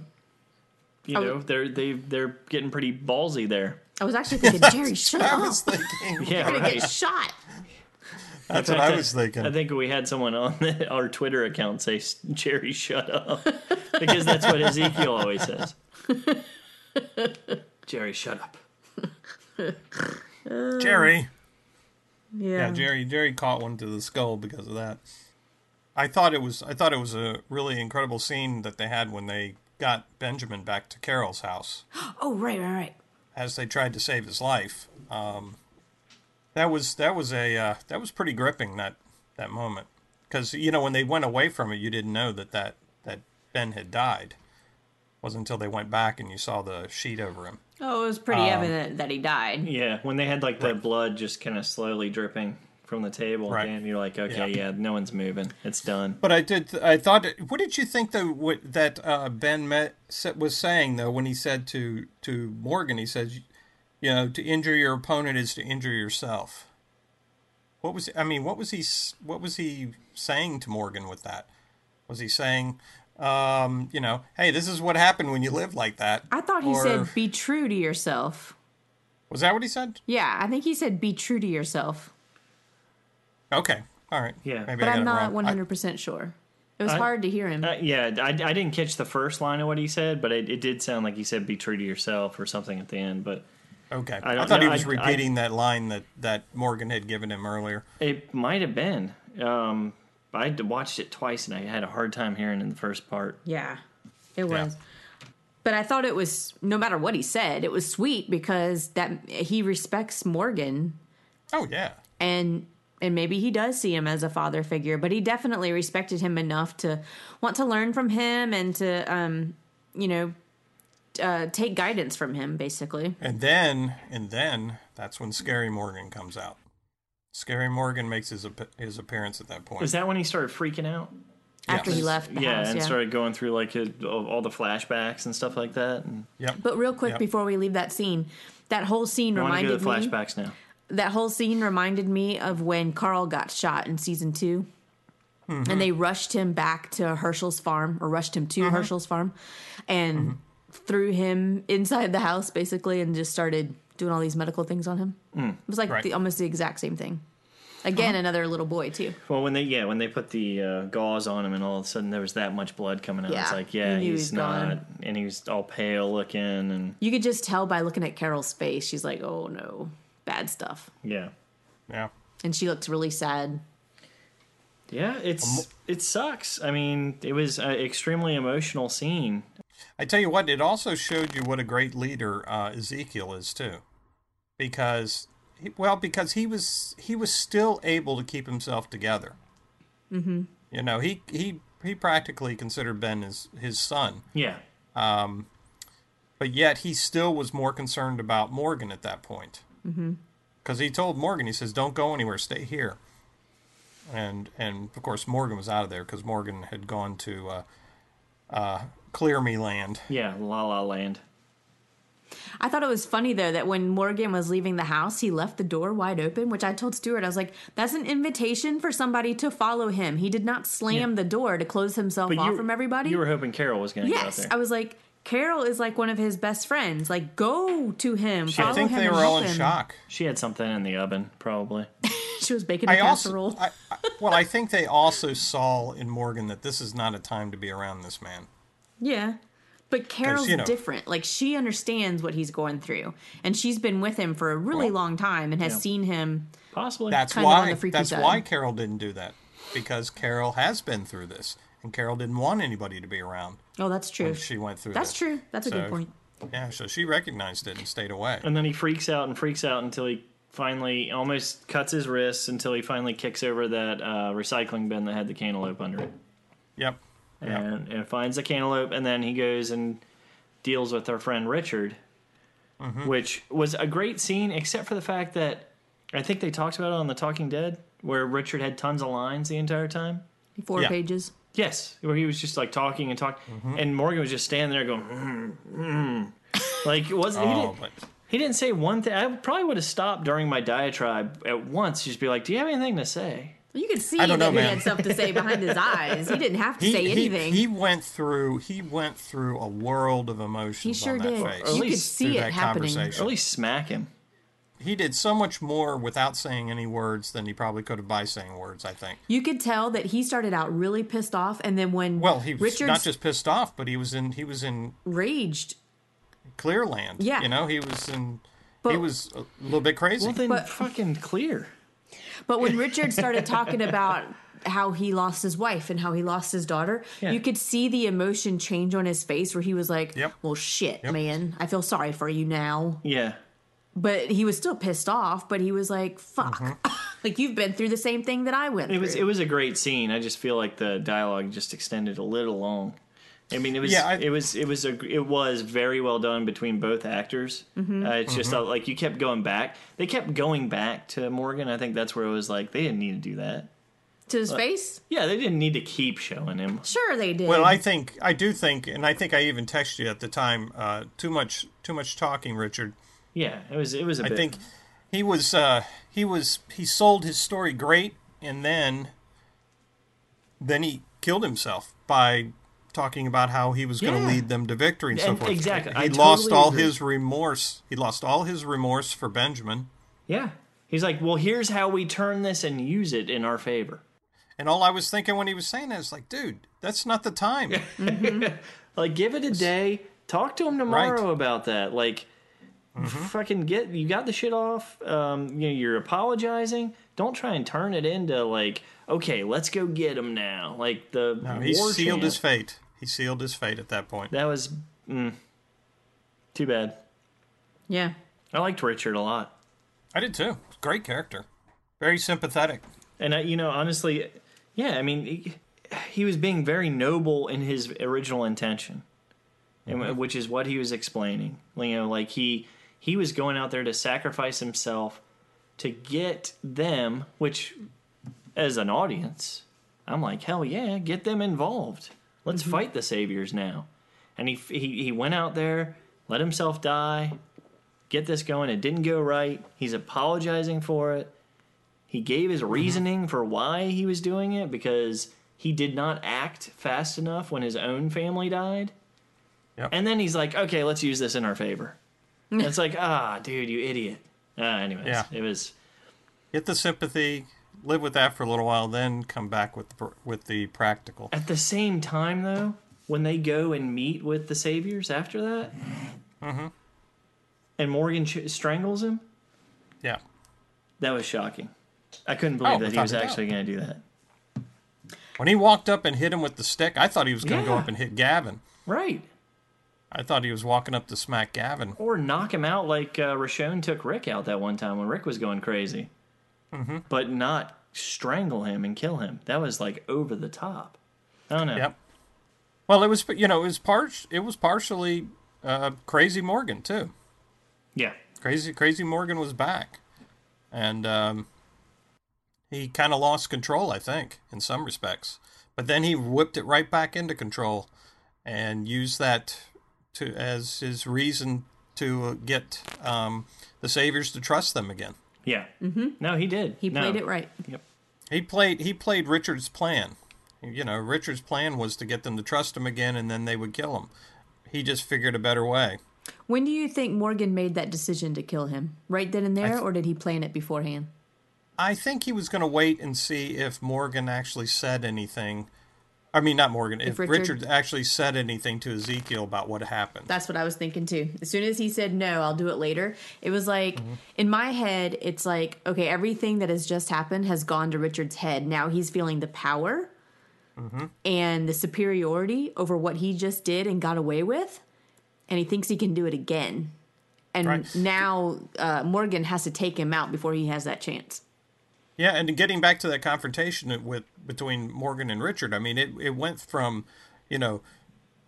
you I know, was- they're they they're getting pretty ballsy there. I was actually thinking, Jerry, shut I up! was thinking. Yeah, You're gonna right. get shot. That's what I was thinking. I think we had someone on the, our Twitter account say, "Jerry, shut up," because that's what Ezekiel always says. Jerry, shut up. Jerry. Yeah. Yeah, Jerry. Jerry caught one to the skull because of that. I thought it was. I thought it was a really incredible scene that they had when they got Benjamin back to Carol's house. oh right, right, right. as they tried to save his life. Um, that was that was a uh, that was pretty gripping that that moment because you know when they went away from it, you didn't know that that that Ben had died. It wasn't until they went back and you saw the sheet over him. Oh, it was pretty Um, evident that he died. Yeah, when they had like the blood just kind of slowly dripping from the table, Right. and you're like, okay, yeah, Yeah. no one's moving. It's done. But I did. I thought. What did you think though? What, that uh, Ben met, sa- was saying though when he said to to Morgan, he says, you know, to injure your opponent is to injure yourself. What was I mean? What was he? s- What was he saying to Morgan with that? Was he saying, um, you know, hey, this is what happened when you live like that? I thought he Or- said, "Be true to yourself." Was that what he said? Yeah, I think he said, "Be true to yourself," Okay, all right. Yeah. maybe but I got I'm it not wrong. 100 percent sure. It was I- hard to hear him. Uh, yeah, I, I didn't catch the first line of what he said, but it, it did sound like he said "be true to yourself" or something at the end. But I- okay, I I, don't thought know, he was I- I- repeating that line that that Morgan had given him earlier. it might have been. Um, I d- watched it twice, and I had a hard time hearing in the first part. Yeah, it was. But I thought it was no matter what he said, it was sweet because that he respects Morgan Oh yeah. and and maybe he does see him as a father figure, but he definitely respected him enough to want to learn from him and to um you know uh, take guidance from him basically. And then, and then that's when Scary Morgan comes out. Scary Morgan makes his ap- his appearance at that point. Is that when he started freaking out? After he left the yeah, house, and yeah. started going through like his, all all the flashbacks and stuff like that. And Yep. But real quick Yep. before we leave that scene, that whole scene I want to go reminded to the me flashbacks now. that whole scene reminded me of when Carl got shot in season 2 And they rushed him back to Herschel's farm or rushed him to Herschel's farm and threw him inside the house basically and just started doing all these medical things on him. It was like Right. the, almost the exact same thing. Again, another little boy too. Well, when they yeah, when they put the uh, gauze on him, and all of a sudden there was that much blood coming out. It's Yeah, like you yeah, knew he he's was gone. not, and he was all pale looking, and You could just tell by looking at Carol's face. She's like, "Oh no, bad stuff," yeah. yeah. and she looked really sad. Yeah, it's it sucks. I mean, it was an extremely emotional scene. I tell you what, it also showed you what a great leader uh, Ezekiel is too, because he, well, because he was he was still able to keep himself together. Mm-hmm. You know, he he he practically considered Ben his his son, Yeah, but yet he still was more concerned about Morgan at that point. Mm-hmm. Because he told Morgan, he says, "Don't go anywhere. Stay here." And and of course Morgan was out of there because Morgan had gone to uh, uh, Clear Me Land. yeah, La La Land. I thought it was funny though that when Morgan was leaving the house, he left the door wide open, which I told Stuart, I was like, that's an invitation for somebody to follow him. He did not slam the door to close himself off you, from everybody. You were hoping Carol was going to get out yes. there. I was like, Carol is like one of his best friends. Like, go to him. I follow I think him they and were all help in him. shock. She had something in the oven, probably. She was baking a I casserole. also, I, I, well, I think they also saw in Morgan that this is not a time to be around this man. Yeah. But Carol's you know- different. Like she understands what he's going through. And she's been with him for a really long time and has seen him Possibly. That's Kinda on why. the freaky That's side. why Carol didn't do that because Carol has been through this, and Carol didn't want anybody to be around. Oh, that's true. She went through. That's this. true. That's a good So- point. Yeah, so she recognized it and stayed away. and then he freaks out and freaks out until he finally almost cuts his wrists until he finally kicks over that uh, recycling bin that had the cantaloupe under it Yep. and, and finds the cantaloupe and then he goes and deals with our friend richard which was a great scene except for the fact that i think they talked about it on the talking dead where richard had tons of lines the entire time Four Yeah. pages. Yes, where he was just like talking and talking, and Morgan was just standing there going, mm, mm. like it wasn't. he, Oh, didn't, but he didn't say one thing. I probably would have stopped during my diatribe at once. Just be like, "Do you have anything to say?" You could see I don't that know, he man. had stuff to say behind his eyes. He didn't have to he, say he- anything. he went through. He went through a world of emotions. He sure on that did. Face. You could least through see it that happening. conversation. Or at least smack him. He did so much more without saying any words than he probably could have by saying words. I think. You could tell that he started out really pissed off, and then when Well, he was Richard not just pissed off, but he was in. He was in raged, Clearland. Yeah. You know, he was in. he But- was a little bit crazy. Well, then But- fucking clear. But when Richard started talking about how he lost his wife and how he lost his daughter, you could see the emotion change on his face where he was like, Yep. Well, shit, man. I feel sorry for you now. Yeah, But he was still pissed off, but he was like, Fuck. Mm-hmm. like, you've been through the same thing that I went it was. through. It was a great scene. I just feel like the dialogue just extended a little long. I mean, it was. Yeah, I- it was. It was. A, it was very well done between both actors. Mm-hmm. Uh, it's just uh, like you kept going back. They kept going back to Morgan. I think that's where it was like they didn't need to do that. to Uh, his face? Yeah, they didn't need to keep showing him. Sure, they did. Well, I think I do think, and I think I even texted you at the time. Uh, too much, too much talking, Richard. Yeah, it was. It was a I bit. think he was, uh, he was, he sold his story great, and then, then he killed himself by talking about how he was going Yeah. to lead them to victory and so And- forth. exactly. He I lost totally all agree. his remorse. He lost all his remorse for Benjamin. Yeah, he's like, well, here's how we turn this and use it in our favor. And all I was thinking when he was saying that is like, dude, that's not the time. Like, give it a day. Talk to him tomorrow about that. Like, Mm-hmm. fucking get you got the shit off. Um, you know, you're apologizing. Don't try and turn it into like, okay, let's go get him now. Like the No, he war sealed chant. his fate. He sealed his fate at that point. That was mm, too bad. yeah. I liked Richard a lot. I did too. Great character. Very sympathetic. And I, you know, honestly, yeah, I mean, he, he was being very noble in his original intention, and, which is what he was explaining. You know, like he he was going out there to sacrifice himself to get them, which as an audience, I'm like, hell yeah, get them involved. Let's Mm-hmm. fight the saviors now. And he, he he went out there, let himself die, get this going. It didn't go right. He's apologizing for it. He gave Mm-hmm. his reasoning for why he was doing it because he did not act fast enough when his own family died. Yep. And then he's like, okay, let's use this in our favor. And it's like, ah, dude, you idiot. Uh, anyways, Yeah. it was Get the sympathy, live with that for a little while, then come back with the, pr- with the practical. At the same time, though, when they go and meet with the saviors after that, Mm-hmm. and Morgan ch- strangles him, Yeah. that was shocking. I couldn't believe Oh, that he was without a doubt. actually going to do that. When he walked up and hit him with the stick, I thought he was going to go Yeah. up and hit Gavin. Right. I thought he was walking up to smack Gavin. Or knock him out like uh, Rashon took Rick out that one time when Rick was going crazy, Mm-hmm. but not strangle him and kill him. That was like over the top. I don't know. Yep. Well, it was you know it was par- it was partially uh, crazy Morgan too. Yeah. Crazy crazy Morgan was back, and um, he kind of lost control, I think, in some respects. But then he whipped it right back into control, and used that to as his reason to uh, get um, the Saviors to trust them again. Yeah. Mm-hmm. No, he did. He No. played it right. He played he played Richard's plan. You know, Richard's plan was to get them to trust him again, and then they would kill him. he just figured a better way. When do you think Morgan made that decision to kill him? Right then and there, or did he plan it beforehand? I think he was going to wait and see if Morgan actually said anything. I mean, not Morgan. If, Richard- Richard actually said anything to Ezekiel about what happened. That's what I was thinking too. As soon as he said no, I'll do it later. It was like in my head, it's like okay, everything that has just happened has gone to Richard's head. Now he's feeling the power and the superiority over what he just did and got away with, and he thinks he can do it again. And Right. now uh, Morgan has to take him out before he has that chance. Yeah, and getting back to that confrontation with between Morgan and Richard, I mean, it it went from, you know,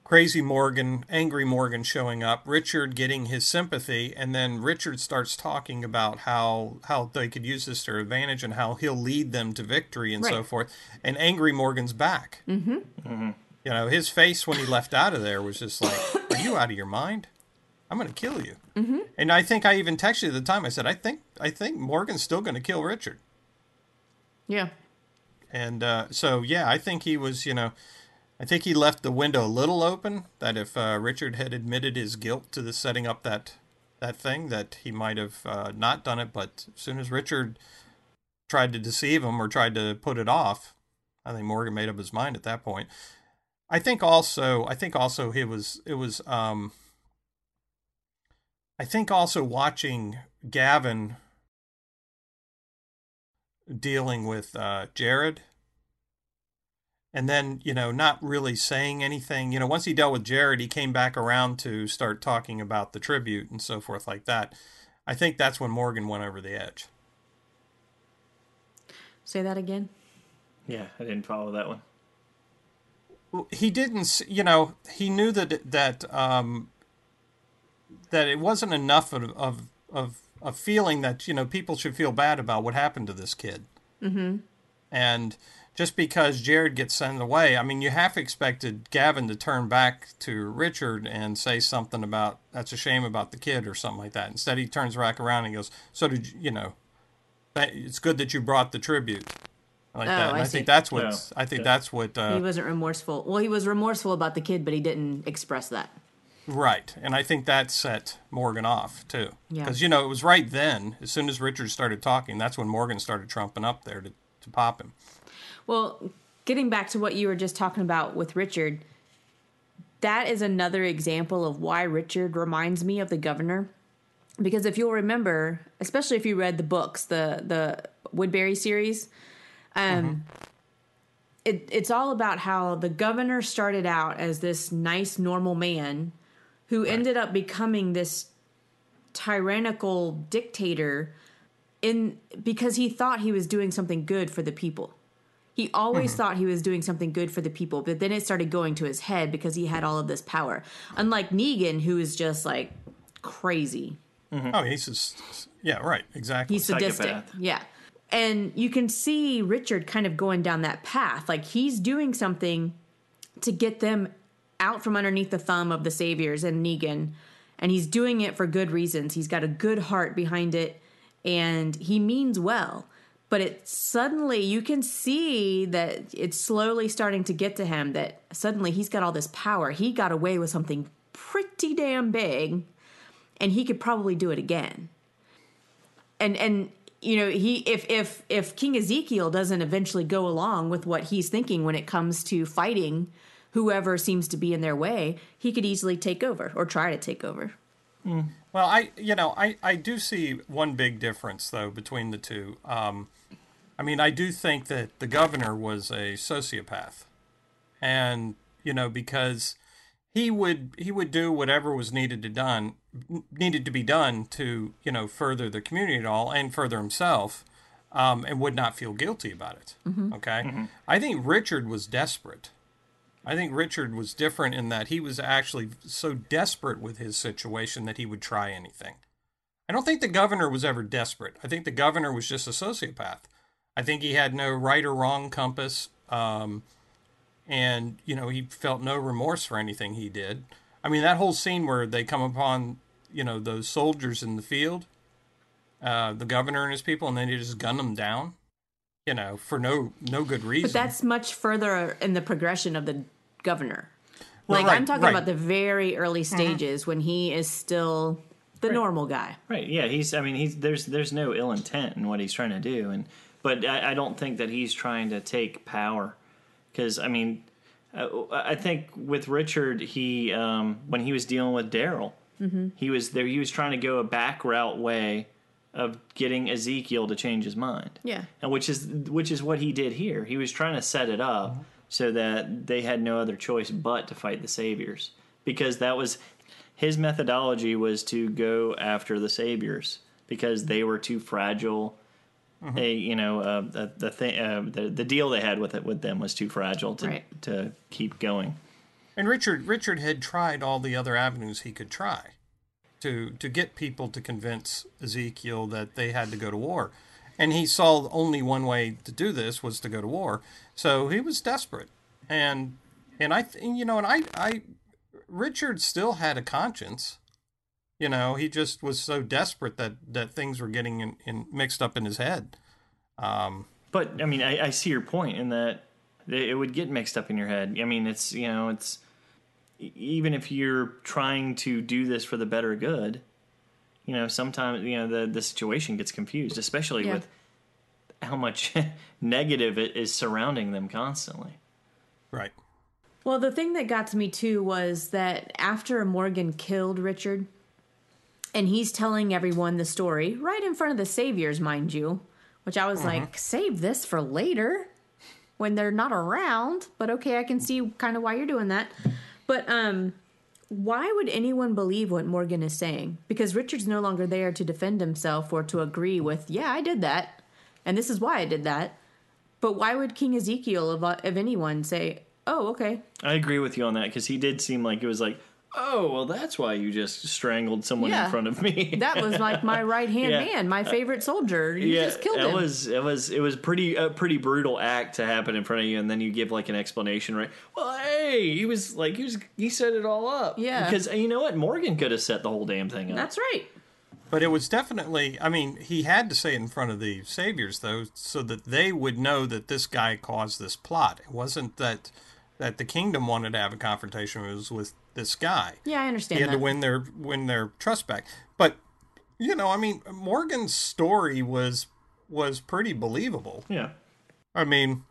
crazy Morgan, angry Morgan showing up, Richard getting his sympathy, and then Richard starts talking about how how they could use this to their advantage and how he'll lead them to victory and so Right. forth. And angry Morgan's back. Mm-hmm. mm-hmm. You know, his face when he left out of there was just like, "Are you out of your mind? I'm going to kill you." Mm-hmm. And I think I even texted you at the time. I said, "I think I think Morgan's still going to kill Richard." Yeah, And uh, so, yeah, I think he was, you know, I think he left the window a little open that if uh, Richard had admitted his guilt to the setting up that that thing, that he might have uh, not done it. But as soon as Richard tried to deceive him or tried to put it off, I think Morgan made up his mind at that point. I think also, I think also he was, it was, um, I think also watching Gavin dealing with uh, Jared. And then, you know, not really saying anything. You know, once he dealt with Jared, he came back around to start talking about the tribute and so forth like that. I think that's when Morgan went over the edge. say that again. Yeah, I didn't follow that one. Well, He didn't, s- you know, he knew that that um, that it wasn't enough of of of a feeling that you know people should feel bad about what happened to this kid. Mm-hmm. And just because Jared gets sent away, I mean, you half expected Gavin to turn back to Richard and say something about that's a shame about the kid or something like that. Instead, he turns back around and goes, "So did you, you know? That, it's good that you brought the tribute." Like Oh, that. And I I, see. think that's what I think that's what uh, He wasn't remorseful. Well, he was remorseful about the kid, but he didn't express that. Right. And I think that set Morgan off too. Yeah. Because, you know, it was right then, as soon as Richard started talking, that's when Morgan started trumping up there to, to pop him. Well, getting back to what you were just talking about with Richard, that is another example of why Richard reminds me of the governor. Because if you'll remember, especially if you read the books, the the Woodbury series, um, it, it's all about how the governor started out as this nice, normal man who ended up becoming this tyrannical dictator in because he thought he was doing something good for the people. He always thought he was doing something good for the people, but then it started going to his head because he had all of this power. Unlike Negan, who is just like crazy. Oh, he's just, yeah, right. Hmm. Exactly. He's sadistic. Psychopath. Yeah. And you can see Richard kind of going down that path. Like he's doing something to get them out from underneath the thumb of the saviors and Negan. And he's doing it for good reasons. He's got a good heart behind it and he means well. But it suddenly you can see that it's slowly starting to get to him that suddenly he's got all this power. He got away with something pretty damn big and he could probably do it again and and you know he if if if king ezekiel doesn't eventually go along with what he's thinking when it comes to fighting whoever seems to be in their way he could easily take over or try to take over Well, I you know I I do see one big difference though between the two. Um, I mean, I do think that the governor was a sociopath, and you know because he would he would do whatever was needed to done needed to be done to you know further the community at all and further himself, um, and would not feel guilty about it. Okay, I think Richard was desperate. I think Richard was different in that he was actually so desperate with his situation that he would try anything. I don't think the governor was ever desperate. I think the governor was just a sociopath. I think he had no right or wrong compass. Um, and, you know, he felt no remorse for anything he did. I mean, that whole scene where they come upon, you know, those soldiers in the field, uh, the governor and his people, and then he just gunned them down, you know, for no no good reason. but that's much further in the progression of the governor Like right, I'm talking right. about the very early stages when he is still the normal guy. Right. Yeah. He's. I mean, he's. There's. There's no ill intent in what he's trying to do, and but I, I don't think that he's trying to take power, because I mean, uh, I think with Richard, he um, when he was dealing with Daryl, he was there. He was trying to go a back route way of getting Ezekiel to change his mind. Yeah. And which is which is what he did here. He was trying to set it up so that they had no other choice but to fight the saviors because that was his methodology was to go after the saviors because they were too fragile. Mm-hmm. They, you know, uh, the the, thing, uh, the the deal they had with it with them was too fragile to Right. to keep going. And Richard Richard had tried all the other avenues he could try to to get people to convince Ezekiel that they had to go to war. And he saw only one way to do this was to go to war. So he was desperate. And and I th- you know and I I Richard still had a conscience. You know, he just was so desperate that that things were getting in, in mixed up in his head. Um But I mean, I, I see your point in that it it would get mixed up in your head. I mean, it's you know, it's e- even if you're trying to do this for the better good, you know, sometimes you know the the situation gets confused, especially Yeah. with how much negative it is surrounding them constantly. right. Well, the thing that got to me too was that after Morgan killed Richard, and he's telling everyone the story right in front of the saviors, mind you, which I was like, save this for later when they're not around. But okay, I can see kind of why you're doing that. But um, why would anyone believe what Morgan is saying? Because Richard's no longer there to defend himself or to agree with, yeah, I did that, and this is why I did that. But why would King Ezekiel of, of anyone say, oh, okay, I agree with you on that because he did seem like it was like, oh, well, that's why you just strangled someone Yeah. in front of me. That was like my right hand Yeah. man, my favorite soldier. You just killed it him. was it was it was pretty a pretty brutal act to happen in front of you, and then you give like an explanation, right? Well, hey, he was like he was he set it all up, Yeah. Because uh, you know what, Morgan could have set the whole damn thing up. That's right. But it was definitely, I mean, he had to say it in front of the saviors, though, so that they would know that this guy caused this plot. It wasn't that that the kingdom wanted to have a confrontation; it was with this guy. Yeah, I He understand had that. to win their win their trust back. But you know, I mean, Morgan's story was was pretty believable. yeah. I mean,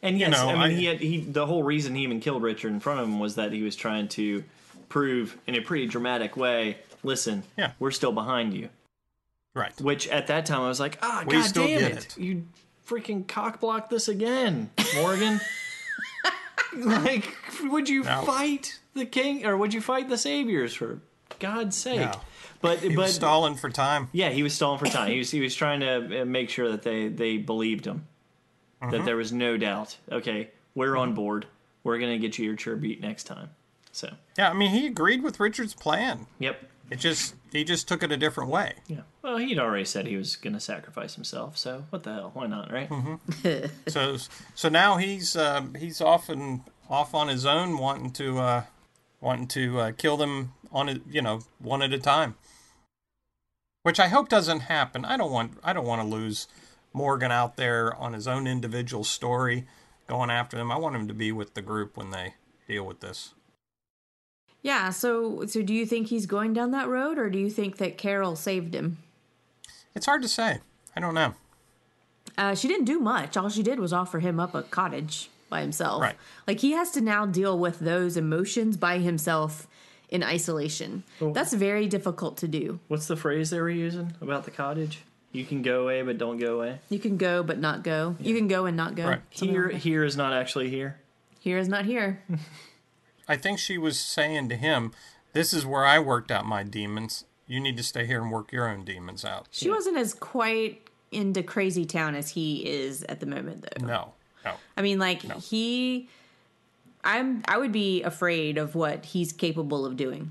And yes, know, I mean, I- he had he the whole reason he even killed Richard in front of him was that he was trying to prove in a pretty dramatic way. Listen, Yeah. we're still behind you. right? Which at that time I was like, ah, We god still damn get it. it. You freaking cockblock this again, Morgan. like, would you No. fight the king or would you fight the saviors for God's sake? No. But He but was stalling for time. yeah, he was stalling for time. He was he was trying to uh, make sure that they they believed him, Mm-hmm. that there was no doubt. Okay, we're on board. We're gonna get you your tribute next time. So Yeah, I mean, he agreed with Richard's plan. yep, It just he just took it a different way. yeah. Well, he'd already said he was gonna sacrifice himself. So what the hell? Why not? Right? Hmm. So so now he's uh, he's off and off on his own, wanting to uh, wanting to uh, kill them on a, you know one at a time. Which I hope doesn't happen. I don't want I don't want to lose Morgan out there on his own individual story, going after them. I want him to be with the group when they deal with this. Yeah, so so do you think he's going down that road or do you think that Carol saved him? It's hard to say. I don't know. Uh, she didn't do much. All she did was offer him up a cottage by himself. Right. Like he has to now deal with those emotions by himself in isolation. That's very difficult to do. What's the phrase they were using about the cottage? You can go away, but don't go away. You can go but not go. You can go and not go. Right. Something Here, like that. here is not actually here. here is not here. I think she was saying to him, "This is where I worked out my demons. You need to stay here and work your own demons out." She wasn't as quite into Crazy Town as he is at the moment though. No, no. I mean, like he, I'm I would be afraid of what he's capable of doing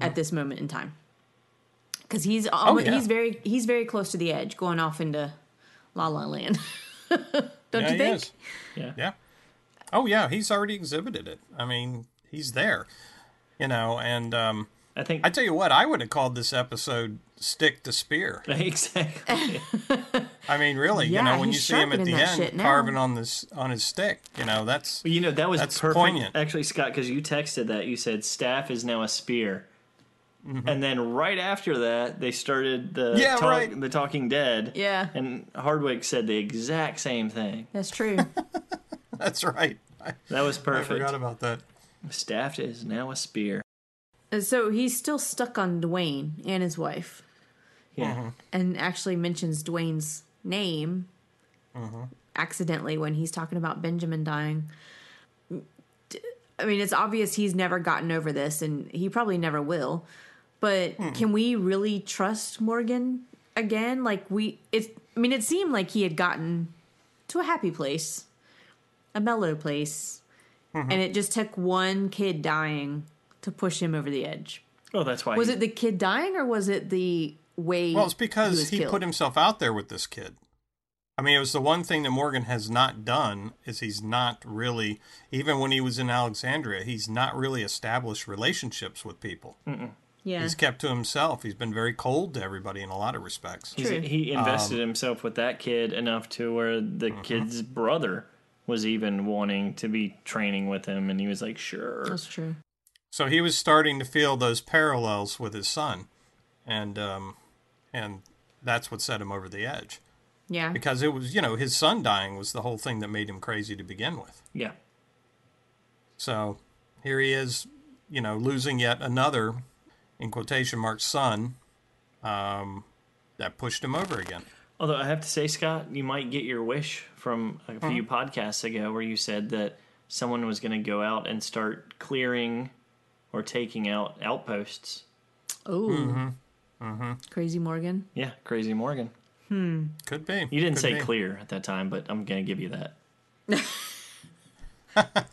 at this moment in time, because he's almost, Mm-hmm. Oh, yeah. he's very he's very close to the edge, going off into La La Land. Don't Yeah, you he think? is. Yeah. Yeah. Oh yeah, he's already exhibited it. I mean, he's there. You know, and um, I think I tell you what, I would have called this episode stick to spear. exactly. I mean, really, Yeah, you know, when he's you see him at the sharpening that shit end now. carving on this on his stick, you know, that's you know that was That's perfect. poignant. Actually, Scott, because you texted that, you said staff is now a spear, and then right after that, they started the Mm-hmm. Yeah, talk- right. the Talking Dead. Yeah. and Hardwick said the exact same thing. That's true. that's right. I, That was I perfect. forgot about that. Staff is now a spear. And Uh, so he's still stuck on Dwayne and his wife, Yeah. and actually mentions Dwayne's name accidentally when he's talking about Benjamin dying. D- I mean, it's obvious he's never gotten over this, and he probably never will. But can we really trust Morgan again? Like we, it. I mean, it seemed like he had gotten to a happy place, a mellow place, and it just took one kid dying to push him over the edge. Oh, that's why. Was he- it the kid dying or was it the way? Well, it's because was he, killed? put himself out there with this kid. I mean, it was the one thing that Morgan has not done is he's not really, even when he was in Alexandria, he's not really established relationships with people. Yeah, He's kept to himself. He's been very cold to everybody in a lot of respects. He's, True. he invested Um, himself with that kid enough to where the mm-hmm. kid's brother was even wanting to be training with him, and he was like, "Sure." that's true. So he was starting to feel those parallels with his son, and um, and that's what set him over the edge Yeah, because it was you know his son dying was the whole thing that made him crazy to begin with. Yeah, So here he is, you know, losing yet another, in quotation marks, son. Um, that pushed him over again. Although I have to say, Scott, you might get your wish from a few podcasts ago where you said that someone was going to go out and start clearing or taking out outposts. Oh. Mm-hmm. Crazy Morgan. Yeah, Crazy Morgan. Could be. You didn't Could say be. clear at that time, but I'm going to give you that.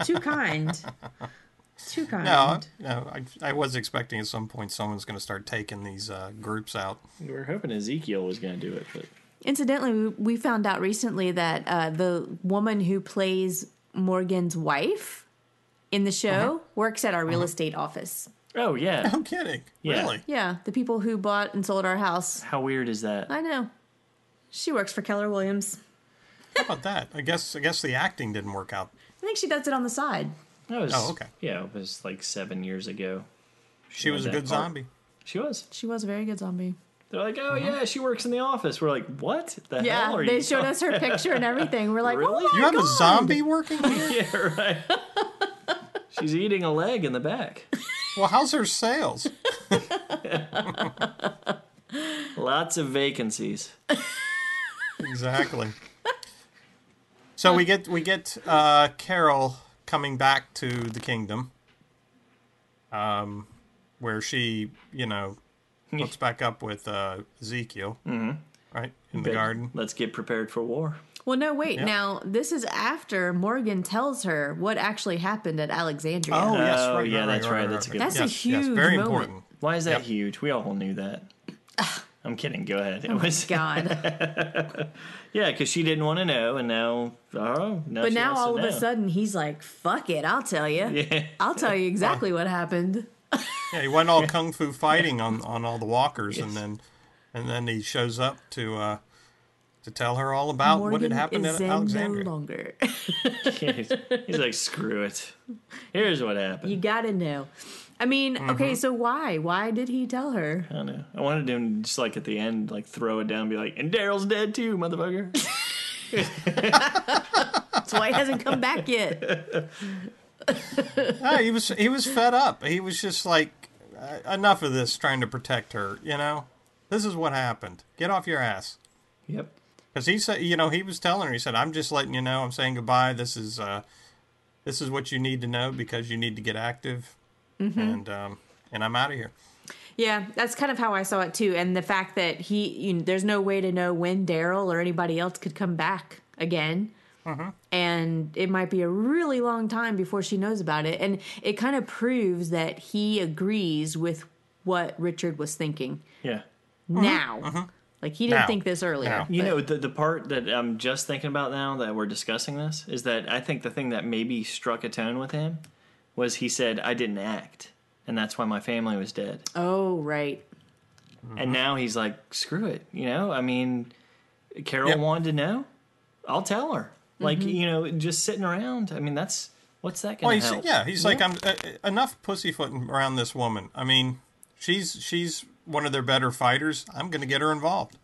Too kind. Too kind. No, no I, I was expecting at some point someone's going to start taking these uh, groups out. We were hoping Ezekiel was going to do it, but Incidentally, we- we found out recently that uh, the woman who plays Morgan's wife in the Uh-huh. show works at our real estate office. oh yeah, No kidding. Yeah. Really? Yeah, the people who bought and sold our house. how weird is that? I know. She works for Keller Williams. How about that? I guess I guess the acting didn't work out. I think she does it on the side. That was Oh, okay. Yeah, it was like seven years ago. She was a had that good part. zombie. She was. She was a very good zombie. They're like, oh yeah, she works in the office. We're like, what the Uh-huh. Yeah, hell are they you? showed us her picture and everything. We're like, Really? oh my You have God. a zombie working here? yeah, right. She's eating a leg in the back. Well, how's her sales? Lots of vacancies. Exactly. So we get we get uh, Carol coming back to the kingdom, um, where she you know hooks back up with uh, Ezekiel, mm-hmm. right in the Good. garden. Let's get prepared for war. Well, no, wait. Now, this is after Morgan tells her what actually happened at Alexandria. Oh yes, Oh, right, right, yeah, right, that's right, right, right, that's a right. good- That's a huge very moment. important. Why is that Yep. huge? We all knew that. I'm kidding. Go ahead. It was Oh God. yeah, because she didn't want to know, and now oh, now But she now wants to all of a know. sudden he's like, fuck it, I'll tell you. Yeah. I'll tell you exactly what happened. Yeah, he went all kung fu fighting on, on all the walkers, and then and then he shows up to uh, to tell her all about Morgan what had happened is at Zen Alexandria. no longer. he's, he's like, screw it. Here's what happened. you gotta know. I mean, Mm-hmm. okay, so why? Why did he tell her? I don't know. I wanted him just like at the end, like throw it down, and be like, and Daryl's dead too, motherfucker. That's why he hasn't come back yet. No, he was he was fed up. He was just like, "Uh, enough of this trying to protect her. You know, this is what happened. Get off your ass. yep. Because he said, you know, he was telling her. He said, I'm just letting you know. I'm saying goodbye. This is uh, this is what you need to know because you need to get active, Mm-hmm. and um, and I'm out of here. Yeah, that's kind of how I saw it too. And the fact that he, you know, there's no way to know when Daryl or anybody else could come back again. And it might be a really long time before she knows about it. And it kind of proves that he agrees with what Richard was thinking Yeah. now. Like he didn't Now. think this earlier. Now. You know, the, the part that I'm just thinking about now that we're discussing this is that I think the thing that maybe struck a tone with him Uh-huh. was he said, I didn't act, and that's why my family was dead. Oh, right. And now he's like, screw it. You know, I mean, Carol Yeah. Mm-hmm. wanted to know. I'll tell her. Like, you know, just sitting around. I mean, that's what's that Well, going to he's, help? yeah, he's like, I'm uh, enough pussyfooting around this woman. I mean, she's she's one of their better fighters. I'm going to get her involved.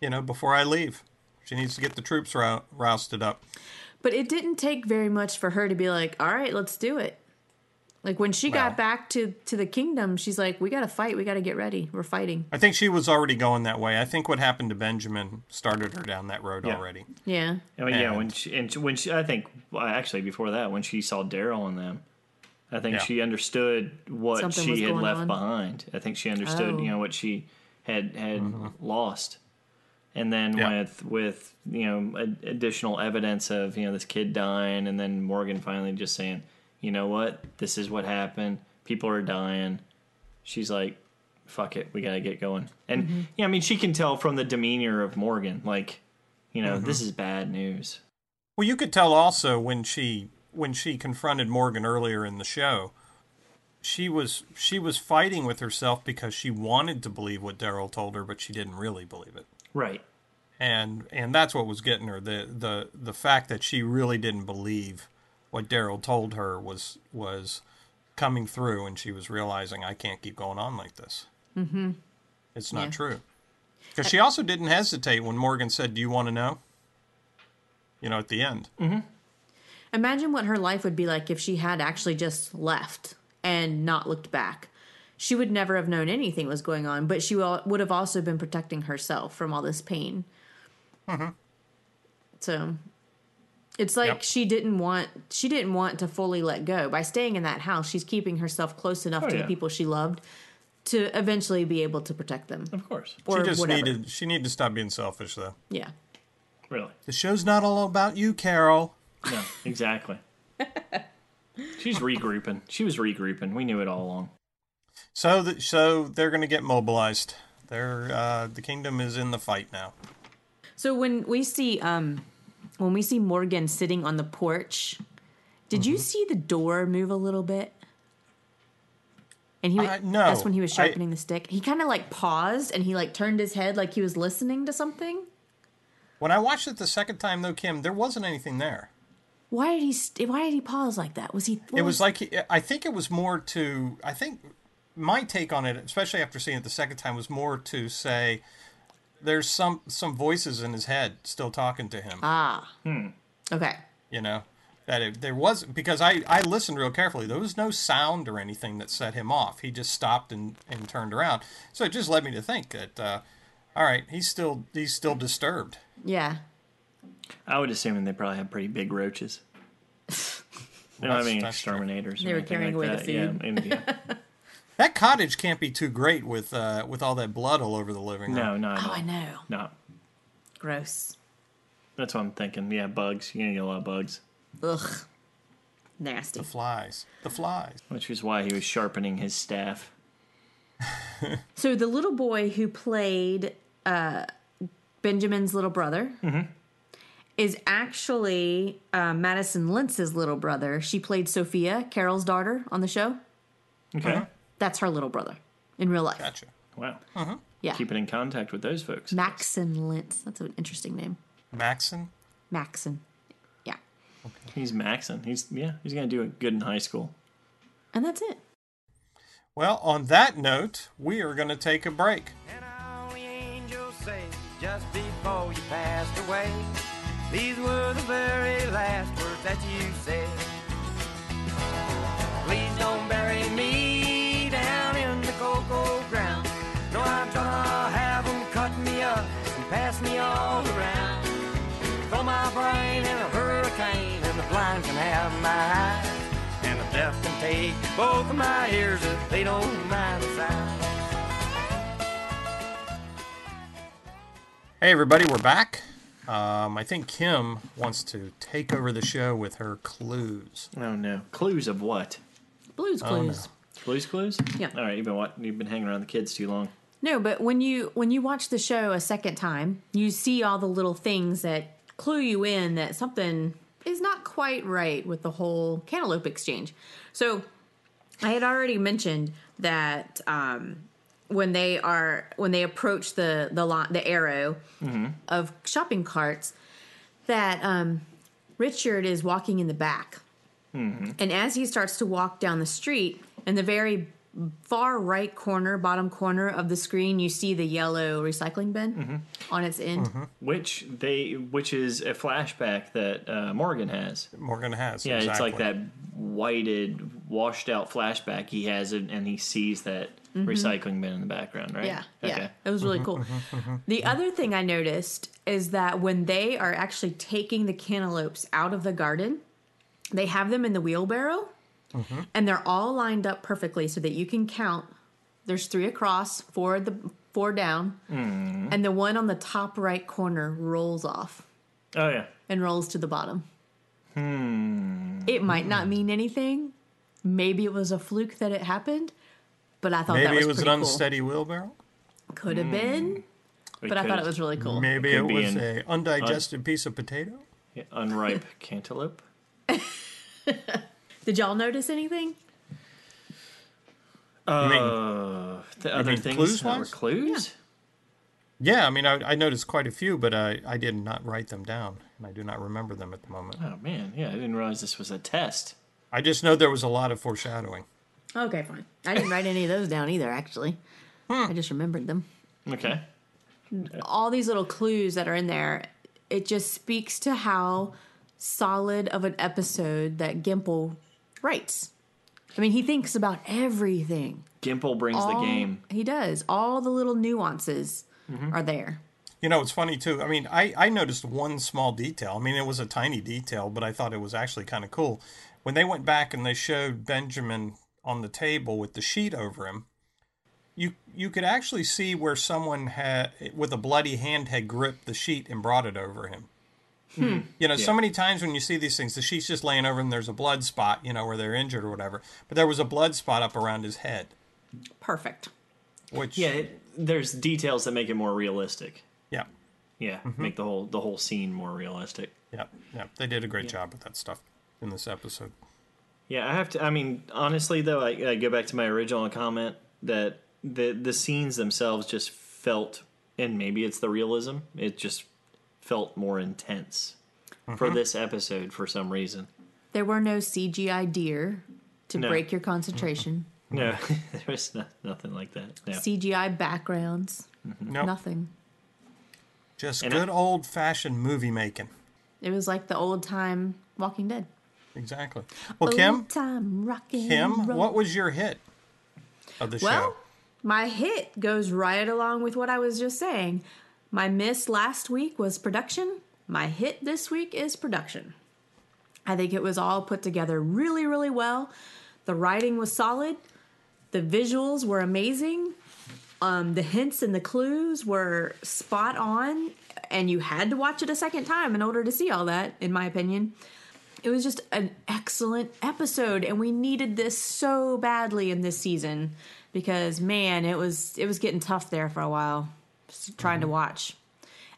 You know, before I leave, she needs to get the troops rou- rousted up. But it didn't take very much for her to be like, "All right, let's do it." Like when she Wow. got back to to the kingdom, she's like, "We got to fight. We got to get ready. We're fighting." I think she was already going that way. I think what happened to Benjamin started her down that road Yeah. already. Yeah. I mean, Oh, yeah, when And- she and she- when she, I think well, actually before that, when she saw Daryl and them, I think Yeah. she understood what Something was she had going left on. behind. I think she understood, Oh. you know, what she had had lost. And then Mm-hmm. Yeah. with with you know ad- additional evidence of you know this kid dying, and then Morgan finally just saying, you know what, this is what happened. People are dying. She's like, fuck it, we gotta get going. And Mm-hmm. yeah, I mean, she can tell from the demeanor of Morgan, like, you Mm-hmm. know, this is bad news. Well, you could tell also when she when she confronted Morgan earlier in the show, she was she was fighting with herself because she wanted to believe what Daryl told her, but she didn't really believe it. Right. and and that's what was getting her the the the fact that she really didn't believe what Daryl told her was was coming through, and she was realizing I can't keep going on like this. Mm-hmm. It's not Yeah. true. Because she also didn't hesitate when Morgan said, "Do you want to know?" You know, at the end, Mm-hmm. Imagine what her life would be like if she had actually just left and not looked back. She would never have known anything was going on, but she wa- would have also been protecting herself from all this pain. So it's like Mm-hmm. Yep. she didn't want she didn't want to fully let go. By staying in that house, she's keeping herself close enough Oh, to yeah. the people she loved to eventually be able to protect them. Of course. Or she just whatever. needed she needed to stop being selfish, though. Yeah. Really. The show's not all about you, Carol. No, exactly. She's regrouping. She was regrouping. We knew it all along. So that so they're gonna get mobilized. They're uh, the kingdom is in the fight now. So when we see um when we see Morgan sitting on the porch, did Mm-hmm. you see the door move a little bit? And he Uh, no. that's when he was I- sharpening the stick. He kind of like paused and he like turned his head like he was listening to something. When I watched it the second time, though, Kim, there wasn't anything there. Why did he st- why did he pause like that? Was he It was like I think it was more to I think my take on it, especially after seeing it the second time, was more to say there's some some voices in his head still talking to him. Okay. you know that it, there was because I I listened real carefully. There was no sound or anything that set him off. He just stopped and and turned around. So it just led me to think that uh, all right, he's still he's still disturbed. Yeah. I would assume they probably have pretty big roaches. No, I That's- mean that's true. exterminators. or They were anything carrying like away the that. food. Yeah, and, yeah. That cottage can't be too great with uh, with all that blood all over the living room. No, not at Oh, all. I know. No, Gross. that's what I'm thinking. Yeah, bugs. You're gonna get a lot of bugs, Ugh. Nasty. The flies. The flies. which was why he was sharpening his staff. So the little boy who played uh, Benjamin's little brother Mm-hmm. is actually uh, Madison Lintz's little brother. She played Sophia, Carol's daughter, on the show. Okay. That's her little brother in real life. Gotcha. Wow. Yeah, Keep it in contact with those folks. Maxon Lintz. That's an interesting name, Maxon? Maxon. Yeah, He's maxing. He's yeah. He's gonna do it good in high school. and that's it. Well, on that note, we are going to take a break. And all the angels say just before you passed away, these were the very last words that you said. Please don't bury me down in the cocoa ground. No, I'm gonna have 'em cut me up and pass me all around. Throw my brain in a hurricane and the blind can have my eyes. And the deaf can take both of my ears if they don't mind the sound. Hey, everybody, we're back. Um, I think Kim wants to take over the show with her clues. Oh no. Clues of what? Blues Oh, Clues. Blues Clues. Yeah. All right. You've been what? You've been hanging around the kids too long. No, but when you when you watch the show a second time, you see all the little things that clue you in that something is not quite right with the whole cantaloupe exchange. So I had already mentioned that um, when they are when they approach the the lo- the arrow of shopping carts that um, Richard is walking in the back, and as he starts to walk down the street, in the very far right corner, bottom corner of the screen, you see the yellow recycling bin on its end. which they which is a flashback that uh, Morgan has. Morgan has. Yeah, it's like exactly. that whited, washed out flashback he has, and, and he sees that recycling bin in the background, right? Mm-hmm. Yeah, yeah. It was really cool. The other thing I noticed is that when they are actually taking the cantaloupes out of the garden, they have them in the wheelbarrow and they're all lined up perfectly so that you can count. There's three across, four at the four down, and the one on the top right corner rolls off Oh yeah. and rolls to the bottom. Hmm. It might not mean anything. Maybe it was a fluke that it happened, but I thought Oh, that Maybe was it was an Hmm. pretty cool. unsteady wheelbarrow. Could have been, but I thought it was really cool. Maybe It it could be was an a undigested piece of potato. really unripe cantaloupe. Did y'all notice anything? Uh, the other mean things clues that were wise? clues. Yeah, I mean, I, I noticed quite a few, but I, I did not write them down, and I do not remember them at the moment. Oh man, yeah, I didn't realize this was a test. I just know there was a lot of foreshadowing. Okay, fine. I didn't write any of those down either, actually. Hmm. I just remembered them. Okay. All these little clues that are in there, it just speaks to how solid of an episode that Gimple writes. I mean, he thinks about everything. Mm-hmm. Gimple brings All- the game. Mm-hmm. He does. All the little nuances are there. You know, it's funny too. I mean, I, I noticed one small detail. I mean, it was a tiny detail, but I thought it was actually kind of cool. When they went back and they showed Benjamin on the table with the sheet over him, you you could actually see where someone had with a bloody hand had gripped the sheet and brought it over him. Hmm. You know, so many times when you see these things, the sheet's just laying over and there's a blood spot, you know, where they're injured or whatever. But there was a blood spot up around his head, Perfect. which Yeah, it, there's details that make it more realistic. yeah, Yeah, Mm-hmm. make the whole the whole scene more realistic. yeah, yeah. They did a great job with that stuff in this episode. Yeah, I have to. I mean, honestly, though, I, I go back to my original comment that the the scenes themselves just felt, and maybe it's the realism. It just felt more intense for this episode for some reason. There were no CGI deer to No. Mm-hmm. break your concentration, No, there was no, nothing like that. No. CGI backgrounds, Mm-hmm. Nope. nothing. Just And I- good old fashioned movie making. It was like the old time Walking Dead. Exactly. Well, Kim, Old time rockin' Kim, roll. what was your hit of the Well, show? my hit goes right along with what I was just saying. My miss last week was production. My hit this week is production. I think it was all put together really, really well. The writing was solid. The visuals were amazing. Um, the hints and the clues were spot on, and you had to watch it a second time in order to see all that, in my opinion. It was just an excellent episode, and we needed this so badly in this season because man, it was it was getting tough there for a while, just trying to Mm-hmm. watch.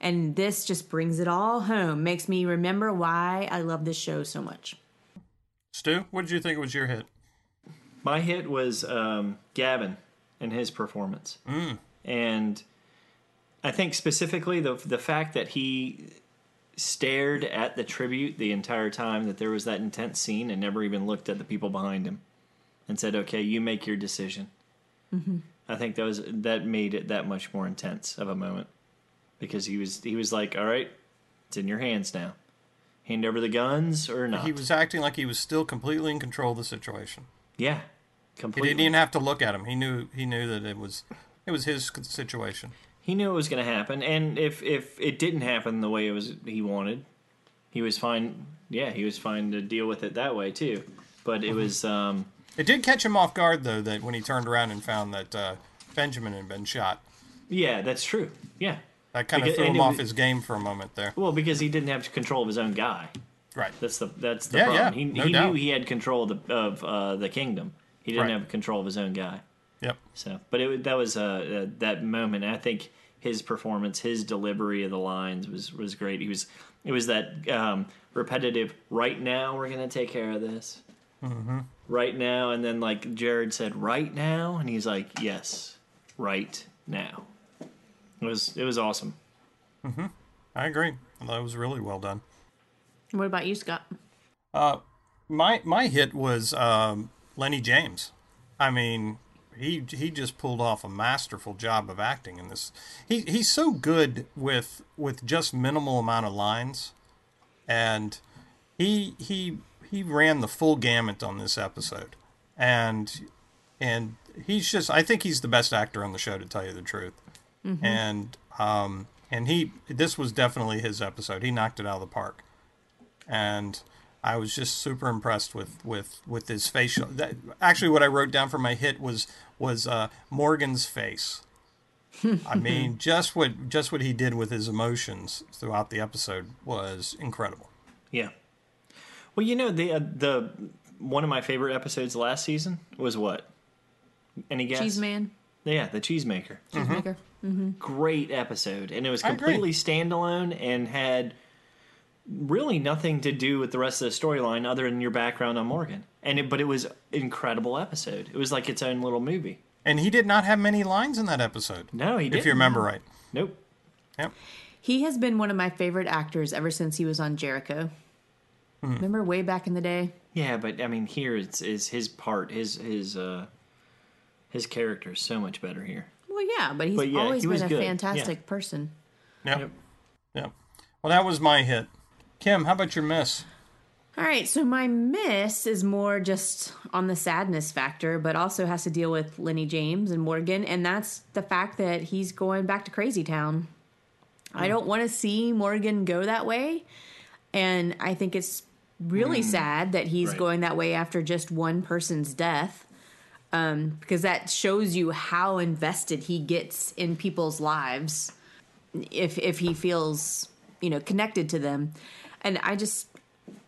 And this just brings it all home, makes me remember why I love this show so much. Stu, what did you think was your hit? My hit was um, Gavin and his performance, Mm. and I think specifically the the fact that he stared at the tribute the entire time that there was that intense scene and never even looked at the people behind him and said, "Okay, you make your decision." I think that was that made it that much more intense of a moment because he was he was like, "All right, it's in your hands now. Hand over the guns or not." He was acting like he was still completely in control of the situation. yeah, He completely. didn't even have to look at him. He knew he knew that it was it was his situation. he knew it was going to happen and if if it didn't happen the way it was he wanted he was fine yeah he was fine to deal with it that way too but it was um It did catch him off guard though that when he turned around and found that uh, Benjamin had been shot, yeah that's true yeah that kind Because- of threw and him it off was- his game for a moment there. well because he didn't have control of his own guy Right. that's the that's the Yeah, problem yeah, he, no he knew doubt. he had control of the, of uh, the kingdom he didn't Right. have control of his own guy Yep. so but it wa- that was uh, uh that moment i think his performance his delivery of the lines was was great he was it was that um repetitive right now we're gonna take care of this right now and then like jared said right now and he's like yes right now. It was it was awesome. I agree. That was really well done. What about you, Scott? My my hit was um, Lenny James. I mean, he he just pulled off a masterful job of acting in this. He he's so good with with just minimal amount of lines, and he he he ran the full gamut on this episode, and and he's just I think he's the best actor on the show to tell you the truth, and um and he this was definitely his episode. He knocked it out of the park and I was just super impressed with with with his facial. That, actually, what I wrote down for my hit was was uh, Morgan's face. I mean, just what just what he did with his emotions throughout the episode was incredible. Yeah. Well, you know the uh, the one of my favorite episodes last season was what? Any guess? Cheese man, Yeah, the cheesemaker. cheesemaker. Great episode, and it was I agree. completely standalone and had really nothing to do with the rest of the storyline other than your background on Morgan. And it, but it was incredible episode. It was like its own little movie. And he did not have many lines in that episode, No, he didn't. if you remember right. Nope. He has been one of my favorite actors ever since he was on Jericho. Mm. Remember way back in the day? Yeah, but I mean, here it's is his part, his his uh, his character is so much better here. Well, yeah, but he's But yeah, always he was been a good. Yeah. fantastic person. Yep. Yep. yep. Well, that was my hit. Kim, how about your miss? All right, so my miss is more just on the sadness factor, but also has to deal with Lenny James and Morgan, and that's the fact that he's going back to Crazy Town. I don't want to see Morgan go that way, and I think it's really sad that he's right. going that way after just one person's death, um, because that shows you how invested he gets in people's lives if if he feels you know connected to them, and I just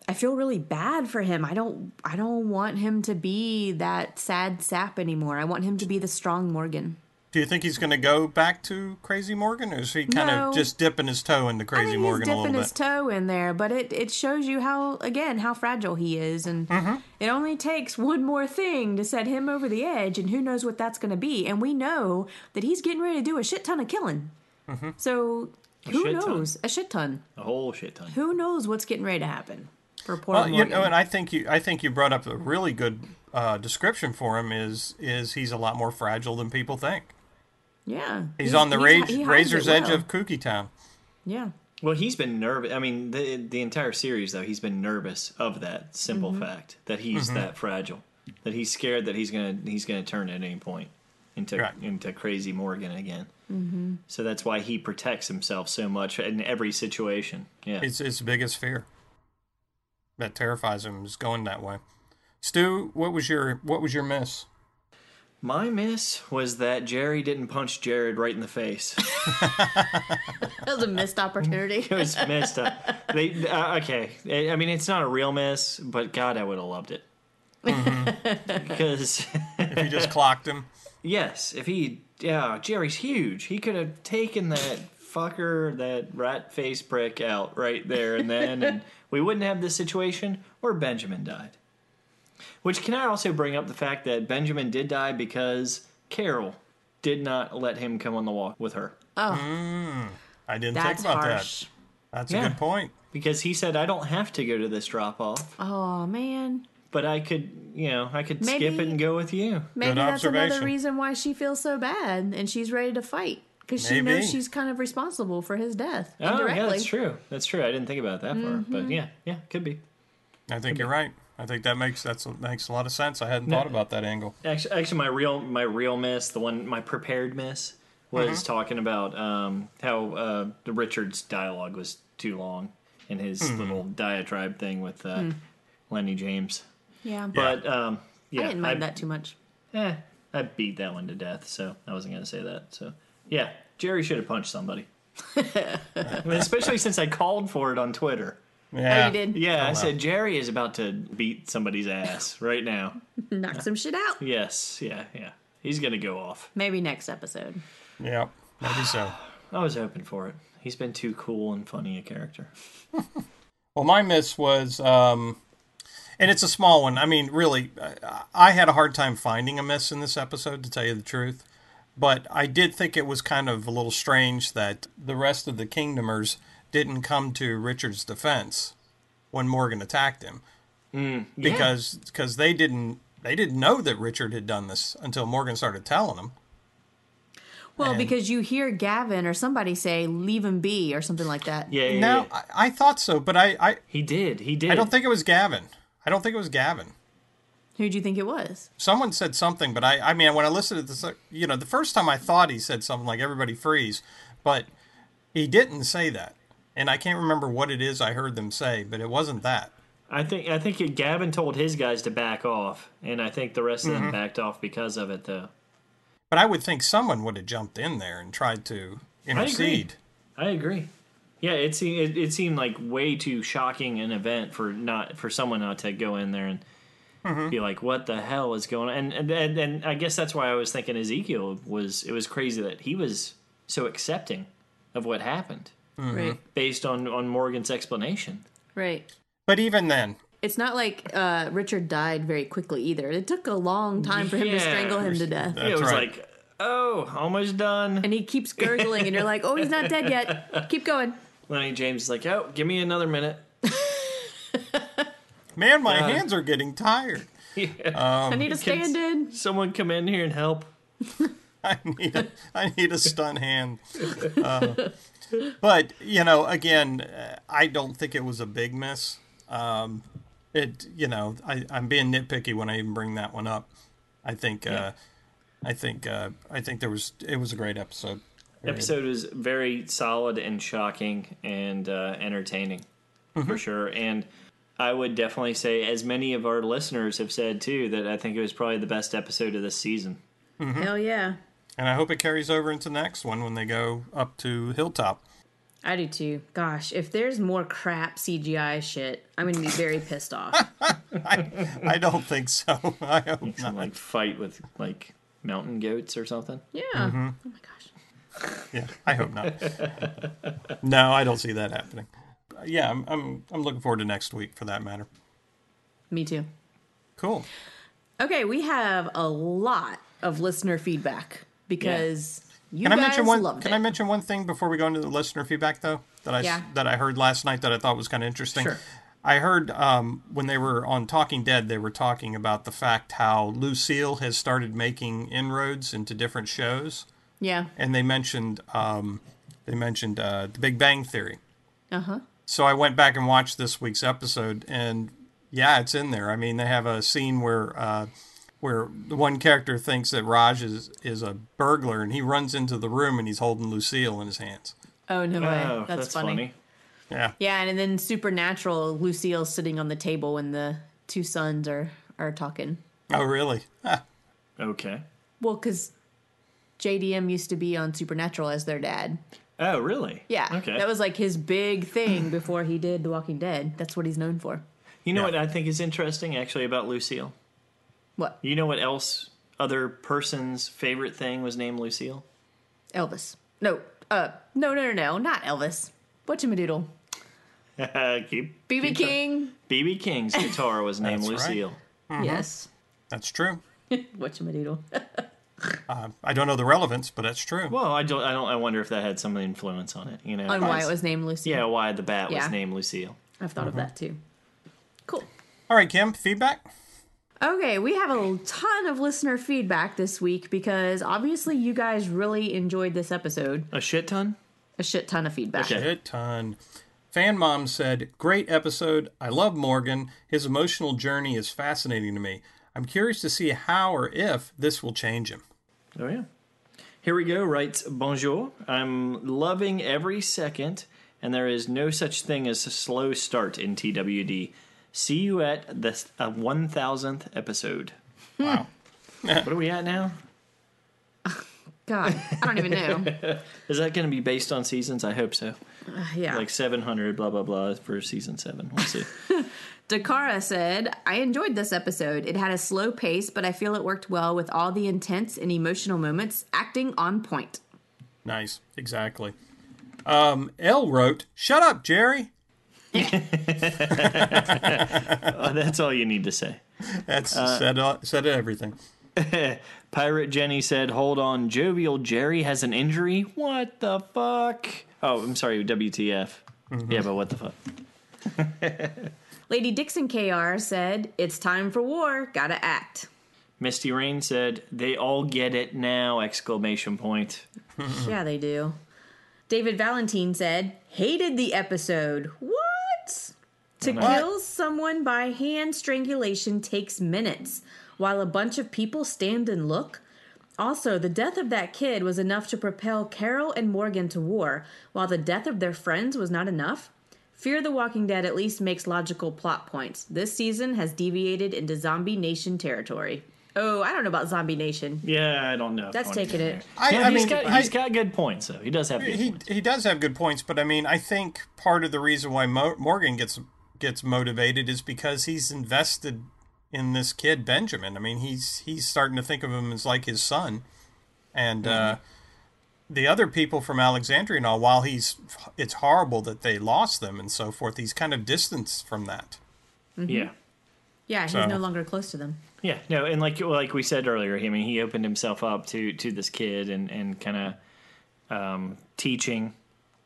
I feel really bad for him. I don't I don't want him to be that sad sap anymore. I want him to be the strong Morgan. Do you think he's going to go back to Crazy Morgan, or is he kind No. of just dipping his toe into I Crazy think Morgan he's a dipping little bit? his toe in there, but it, it shows you how again how fragile he is, and Mm-hmm. it only takes one more thing to set him over the edge, and who knows what that's going to be. And we know that he's getting ready to do a shit ton of killing, Mm-hmm. so who shit ton. knows a shit ton? A whole shit ton. Who knows what's getting ready to happen for poor Well, you Morgan? know, and I think you, I think you brought up a really good uh, description for him. Is is he's a lot more fragile than people think. yeah, He's, on the he's- rage, he hides razor's it edge well. of Kooky Town. yeah. Well, he's been nervous. I mean, the the entire series though, he's been nervous of that simple fact that he's that fragile, that he's scared that he's gonna he's gonna turn at any point into Right. into crazy Morgan again. Mm-hmm. So that's why he protects himself so much in every situation. Yeah, It's his biggest fear. That terrifies him is going that way. Stu, what was your what was your miss? my miss was that Jerry didn't punch Jared right in the face. That was a missed opportunity. it was messed up. They uh, okay. I I mean, it's not a real miss, but God, I would have loved it because. If you just clocked him, Yes, if he, yeah, Jerry's huge. He could have taken that fucker, that rat face prick out right there and then, and we wouldn't have this situation. Or Benjamin died. Which can I also bring up the fact that Benjamin did die because Carol did not let him come on the walk with her I didn't That's think about harsh. that. That's Yeah. a good point. because he said, "I don't have to go to this drop off, Oh man, but I could, you know, I could skip it Maybe- and go with you." Oh, maybe that's another observation. reason why she feels so bad and she's ready to fight because she Maybe. knows she's kind of responsible for his death Oh, indirectly. Mm-hmm. yeah, that's true. That's true. I didn't think about that far, but yeah, yeah, could be. I think you're right. I think that makes that's makes a lot of sense. I hadn't thought about that angle. Actually, actually, my real my real miss, the one my prepared miss, was Mm-hmm. talking about um, how uh, the Richard's dialogue was too long in his Mm-hmm. little diatribe thing with Mm. uh, Lenny James. Yeah. But um, yeah, I didn't mind that too much. eh, I beat that one to death, so I wasn't gonna say that. So yeah, Jerry should have punched somebody, I mean, especially since I called for it on Twitter. Yeah, Oh, you did Yeah, I said Jerry is about to beat somebody's ass right now. knock some shit out. yes, yeah, yeah, he's gonna go off. Maybe next episode. Yeah, maybe so. I was hoping for it. He's been too cool and funny a character. Well, my miss was, um, and it's a small one. I mean, really, I- I had a hard time finding a miss in this episode, to tell you the truth. But I did think it was kind of a little strange that the rest of the kingdomers didn't come to Richard's defense when Morgan attacked him. Because cause they didn't they didn't know that Richard had done this until Morgan started telling them. Well, because you hear Gavin or somebody say, leave him be or something like that. Yeah, yeah, No, yeah. I, I thought so, but I, I, he did. He did. I don't think it was Gavin. I don't think it was Gavin. Who do you think it was? someone said something, but I, I mean, when I listened to this, uh, you know, the first time I thought he said something like "everybody freeze," but he didn't say that, and I can't remember what it is I heard them say, but it wasn't that. I think I think Gavin told his guys to back off, and I think the rest of Mm-hmm. them backed off because of it, though. But I would think someone would have jumped in there and tried to intercede. I agree. Yeah, it seemed it, it seemed like way too shocking an event for not for someone not to go in there and Mm-hmm. be like, "What the hell is going on?" And and, and and I guess that's why I was thinking Ezekiel was it was crazy that he was so accepting of what happened Mm-hmm. Right. based on on Morgan's explanation. Right. But even then, It's not like uh, Richard died very quickly either. It took a long time for him to Yeah. strangle him to death. it That's was right. like, "Oh, almost done." And he keeps gurgling, and you're like, oh, he's not dead yet. Keep going. Lenny James is like, "Oh, give me another minute." man, my hands are getting tired. I need a kids- stand in. Someone come in here and help. I need a, I need a stun hand. Uh, but you know, again, uh, I don't think it was a big miss. Um, it you know, I, I'm being nitpicky when I even bring that one up. I think uh, I think uh, I think there was it was a great episode. episode was very solid and shocking and uh, entertaining Mm-hmm. for sure and i would definitely say as many of our listeners have said too that i think it was probably the best episode of this season Mm-hmm. Hell yeah. And I hope it carries over into the next one when they go up to Hilltop. I do too. Gosh, if there's more crap CGI shit, I'm going to be very pissed off. I don't think so. I hope Some, not. like fight with like mountain goats or something Yeah. Mm-hmm. Oh my gosh. Yeah, I hope not. No, I don't see that happening. Yeah, I'm I'm I'm looking forward to next week for that matter. Me too. Cool. Okay, we have a lot of listener feedback because you Can I guys mention one? loved Can it. I mention one thing before we go into the listener feedback though that I s- Yeah. that I heard last night that I thought was kind of interesting. Sure. I heard um, when they were on Talking Dead, they were talking about the fact how Lucille has started making inroads into different shows, yeah. and they mentioned um, they mentioned uh, The Big Bang Theory. Uh huh. So I went back and watched this week's episode, and yeah, it's in there. I mean, they have a scene where uh, where the one character thinks that Raj is is a burglar, and he runs into the room and he's holding Lucille in his hands. Oh no way. Oh, that's, funny. Yeah, Yeah, and then Supernatural, Lucille's sitting on the table when the two sons are are talking. Oh, really? Huh. okay Well, because JDM used to be on Supernatural as their dad. oh really Yeah, okay that was like his big thing before he did The Walking Dead. That's what he's known for. you know Yeah. what i think is interesting actually about lucille What you know what else other person's favorite thing was named lucille Elvis? No, uh, no, no, no, no, not Elvis. Whatchamadoodle? keep BB King. bb Uh, king's guitar was named That's right. lucille Yes. that's true. Uh, Whatchamadoodle. I don't know the relevance, but that's true. Well, I don't. I don't. I wonder if that had some influence on it. You know, On why it Because- was named Lucille. Yeah, Uh-huh. why the bat Yeah. was named Lucille. I've thought of that too. Cool. All right, Kim, feedback. Okay, we have a ton of listener feedback this week because obviously you guys really enjoyed this episode. A shit ton. A shit ton of feedback. Okay. Shit ton. Fan mom said, "Great episode. I love Morgan. His emotional journey is fascinating to me. I'm curious to see how or if this will change him." Oh yeah. Here we go. Writes Bonjour. I'm loving every second, and there is no such thing as a slow start in TWD. See you at the uh, one thousandth episode. Wow. What are we at now? God, I don't even know. Is that going to be based on seasons? I hope so. yeah. Like 700, blah blah blah, for season seven. We'll see. Dakara said, I enjoyed this episode. It had a slow pace, but I feel it worked well with all the intense and emotional moments, acting on point. Nice. Exactly. Um, L wrote, "Shut up, Jerry." Uh, That's all you need to say. That's said uh, said everything. Pirate Jenny said, "Hold on, jovial Jerry has an injury. What the fuck? Oh, I'm sorry, WTF? Yeah, but what the fuck? Lady Dixon KR said, It's time for war, gotta act. Misty Rain said, "They all get it now!" Exclamation point. Yeah, they do. David Valentine said, Hated the episode. What? To kill someone by hand strangulation takes minutes, while a bunch of people stand and look. Also, the death of that kid was enough to propel Carol and Morgan to war, while the death of their friends was not enough. Fear the Walking Dead at least makes logical plot points. This season has deviated into zombie nation territory. Oh, I don't know about zombie nation. Yeah, I don't know. if That's Tony's taking in it. there. I- yeah, I he's mean, got, I- he's got good points though. He does have good he points. he does have good points, but I mean, I think part of the reason why Mo- Morgan gets gets motivated is because he's invested in this kid Benjamin. I mean, he's he's starting to think of him as like his son, and uh, the other people from Alexandria and all. While he's, it's horrible that they lost them and so forth. He's kind of distanced from that. mm-hmm. Yeah, Yeah, he's So- no longer close to them. yeah. No, and like like we said earlier, he- I mean, he opened himself up to to this kid and and kind of um, teaching,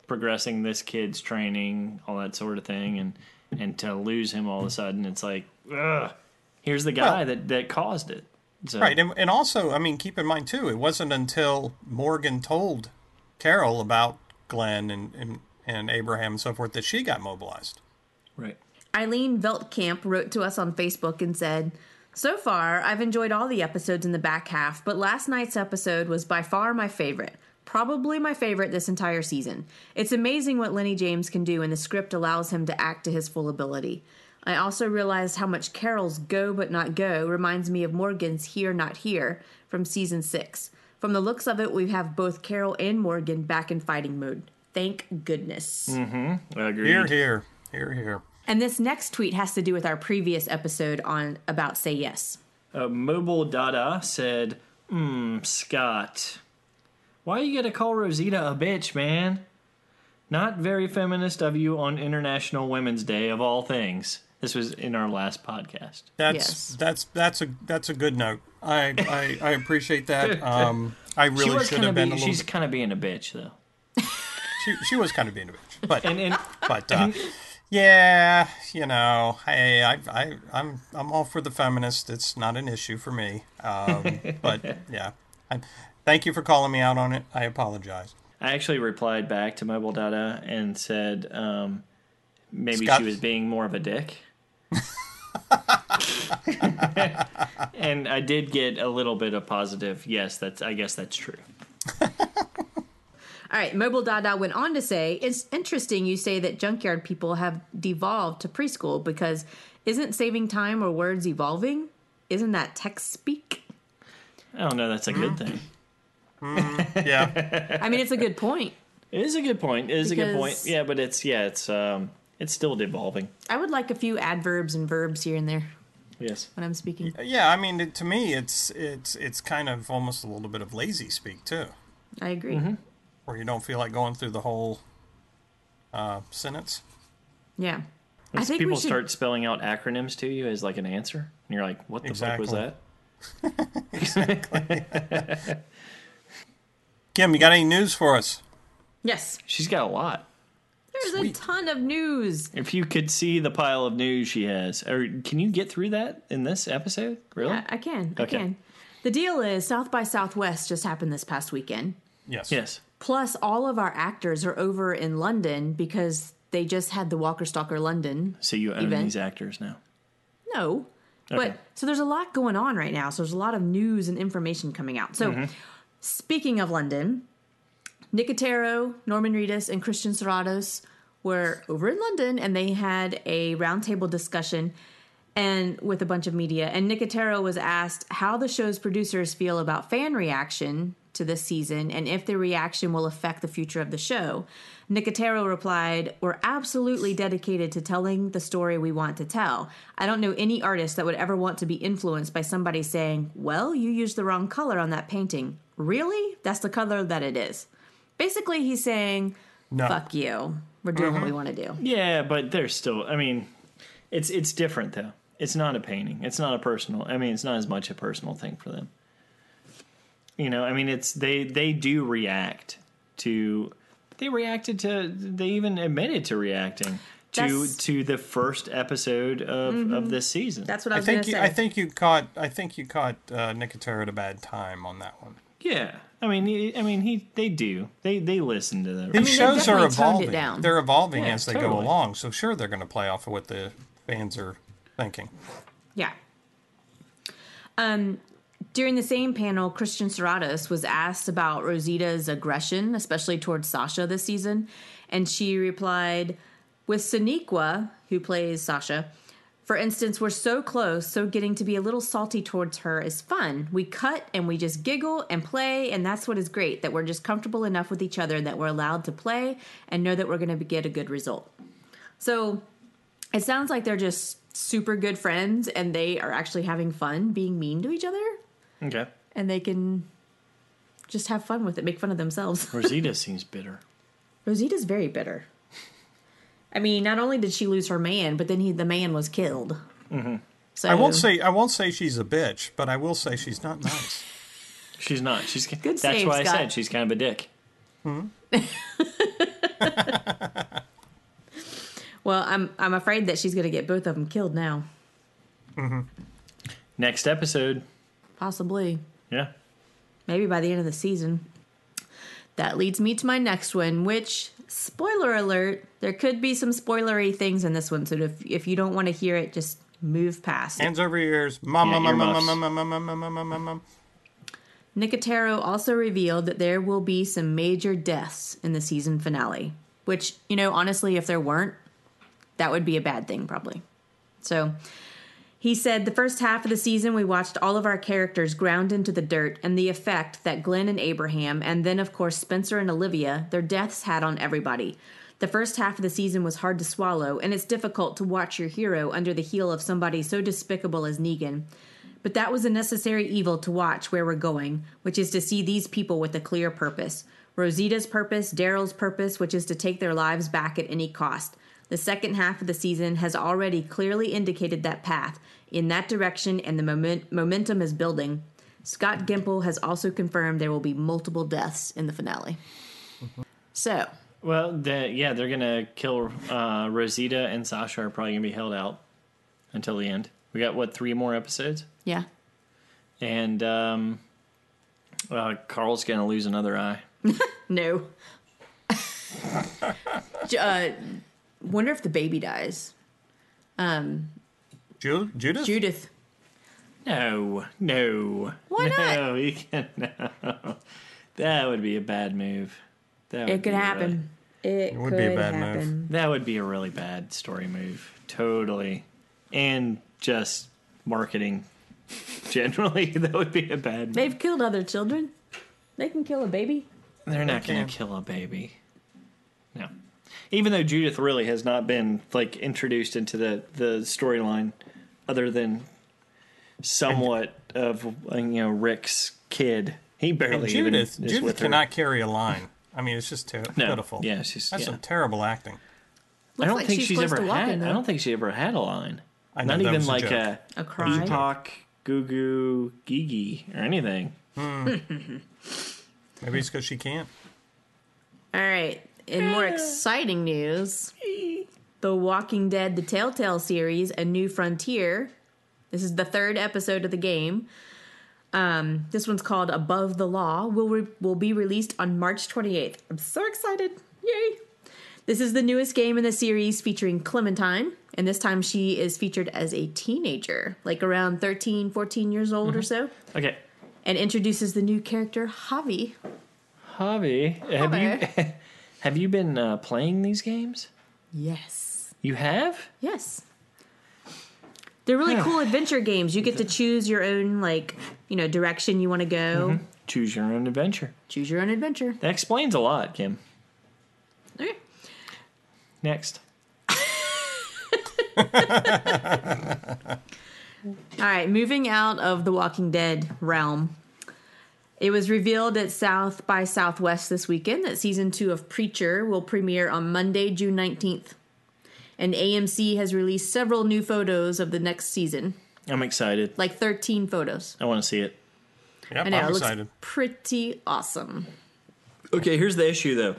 progressing this kid's training, all that sort of thing, and and to lose him all of a sudden, it's like, ugh, here's the guy Well- that that caused it. So, Right, and, and also, I mean, keep in mind too, it wasn't until Morgan told Carol about Glenn and and, and Abraham and so forth that she got mobilized. right. Eileen Veltkamp wrote to us on Facebook and said, So far, I've enjoyed all the episodes in the back half, but last night's episode was by far my favorite. Probably my favorite this entire season. It's amazing what Lenny James can do, and the script allows him to act to his full ability. I also realized how much Carol's go but not go reminds me of Morgan's here not here from season six. From the looks of it, we have both Carol and Morgan back in fighting mode. Thank goodness. Agreed. Here, here, here, here. And this next tweet has to do with our previous episode on about say yes. Uh, Mobile Dada said, Hmm, Scott, why you gotta call Rosita a bitch, man? Not very feminist of you on International Women's Day of all things. This was in our last podcast. That's Yes. that's that's a that's a good note. I I, I appreciate that. Um, I She really was should kind have of been be, a little. she's bit- kind of being a bitch though. she, she was kind of being a bitch, but And, and but uh, yeah, you know, hey, I I I'm I'm all for the feminist. It's not an issue for me. Um, but yeah, I, thank you for calling me out on it. I apologize. I actually replied back to Mobile Dada and said, um, maybe Scott- she was being more of a dick. and I did get a little bit of positive. Yes, that's I guess that's true. All right, Mobile Dada went on to say, "It's interesting you say that junkyard people have devolved to preschool because isn't saving time or words evolving? Isn't that text speak?" Oh no, that's a good Mm-hmm. thing. Yeah, I mean, it's a good point. It is a good point. It is a good point. Because- Yeah, but it's yeah, it's um, it's still devolving. I would like a few adverbs and verbs here and there Yes. when I'm speaking. yeah. I mean, it, to me, it's it's it's kind of almost a little bit of lazy speak too. I agree. Mm-hmm. where you don't feel like going through the whole uh, sentence. Yeah. I think we People should start spelling out acronyms to you as like an answer, and you're like, "What the fuck was Exactly. that?" Kim, you got any news for us? Yes. She's got a lot. There's a ton of news. If you could see the pile of news she has, or can you get through that in this episode? Really? I, I can. Okay. I can. The deal is South by Southwest just happened this past weekend. Yes. Yes. Plus, all of our actors are over in London because they just had the Walker Stalker London. So you own Event. these actors now. No. But so there's a lot going on right now. So there's a lot of news and information coming out. So speaking of London, Nicotero, Norman Reedus, and Christian Serratos were over in London and they had a roundtable discussion and with a bunch of media. And Nicotero was asked how the show's producers feel about fan reaction to this season and if the reaction will affect the future of the show. Nicotero replied, We're absolutely dedicated to telling the story we want to tell. I don't know any artist that would ever want to be influenced by somebody saying, Well, you used the wrong color on that painting. Really? That's the color that it is. Basically, he's saying, No. Mm-hmm. Fuck you. We're doing what we want to do. Yeah, but there's still. I mean, it's it's different though. It's not a painting. It's not a personal. I mean, it's not as much a personal thing for them. You know, I mean, it's they they do react to. They reacted to. They even admitted to reacting to That's- Mm-hmm. to the first episode of of this season. That's what I I was going think to you, say. I think you caught I think you caught uh, Nicotero at a bad time on that one. yeah. I mean, he, I mean, he they do. They they listen to the. These shows definitely are toned it evolving. down. They're evolving Yeah, as they go totally. along, so sure they're going to play off of what the fans are thinking. Yeah. Um, during the same panel, Christian Serratos was asked about Rosita's aggression, especially towards Sasha this season, and she replied, "With Sonequa, who plays Sasha." For instance, we're so close, so getting to be a little salty towards her is fun. We cut and we just giggle and play, and that's what is great that we're just comfortable enough with each other that we're allowed to play and know that we're going to get a good result. So it sounds like they're just super good friends and they are actually having fun being mean to each other okay. and they can just have fun with it, make fun of themselves. Rosita seems bitter. Rosita's very bitter. I mean, not only did she lose her man, but then he the man was killed. So Mm-hmm. I won't say I won't say she's a bitch, but I will say she's not nice. She's not. She's Good That's save, why Scott. I said she's kind of a dick. Well, I'm I'm afraid that she's going to get both of them killed now, Next episode. possibly. Yeah. maybe by the end of the season. That leads me to my next one, which, spoiler alert, there could be some spoilery things in this one. So if, if you don't want to hear it, just move past. it. Hands over your ears. Mom, Yeah, mom, mom, earmuffs. mom, mom, mom, mom, mom, mom, mom, mom, mom. Nicotero also revealed that there will be some major deaths in the season finale, which, you know, honestly, if there weren't, that would be a bad thing, probably. So he said the first half of the season, we watched all of our characters ground into the dirt and the effect that Glenn and Abraham, and then, of course, Spencer and Olivia, their deaths had on everybody. The first half of the season was hard to swallow, and it's difficult to watch your hero under the heel of somebody so despicable as Negan. But that was a necessary evil to watch where we're going, which is to see these people with a clear purpose. Rosita's purpose, Daryl's purpose, which is to take their lives back at any cost. The second half of the season has already clearly indicated that path in that direction, and the moment, momentum is building. Scott Gimple has also confirmed there will be multiple deaths in the finale. So, Well, the, yeah, they're gonna kill uh, Rosita and Sasha are probably gonna be held out until the end. We got what three more episodes, yeah. and um, uh, Carl's gonna lose another eye. No. J- uh, wonder if the baby dies. Ju- Judith? Judith. No, no, Why no, not? you can no. That would be a bad move. That would It could be really- happen. It, would could be a bad move. happen. that would be a really bad story move, totally, and just marketing. Generally, that would be a bad. Move. They've killed other children. They can kill a baby. They're not going to kill a baby. No. Even though Judith really has not been like introduced into the the storyline, other than somewhat of you know Rick's kid. He And barely even Judith. is Judith with her. cannot carry a line. I mean, it's just ter- No. pitiful. Yeah, she's. That's yeah. some terrible acting. I don't like think she's she's, close ever to walking, had. though. I don't think she ever had a line. I know, not that even was a like joke. a, A cry. talk goo goo gigi or anything. Maybe it's because she can't. All right. In more exciting news, The Walking Dead: The Telltale series, A New Frontier. This is the third episode of the game. Um, this one's called Above the Law. Will re- will be released on March 28th. I'm so excited! Yay! This is the newest game in the series featuring Clementine, and this time she is featured as a teenager, like around 13, 14 years old or so, Okay, and introduces the new character Javi. Javi, have you have you been uh, playing these games? Yes. You have? Yes. They're really cool adventure games. You get to choose your own like, you know, direction you want to go. Mm-hmm. Choose your own adventure. Choose your own adventure. That explains a lot, Kim. Okay. Next. All right, moving out of the Walking Dead realm. It was revealed at South by Southwest this weekend that season 2 of Preacher will premiere on Monday, June 19th. And AMC has released several new photos of the next season, I'm excited. like 13 photos. I want to see it. Yep, I know. I'm it looks excited. pretty awesome. Okay, here's the issue though.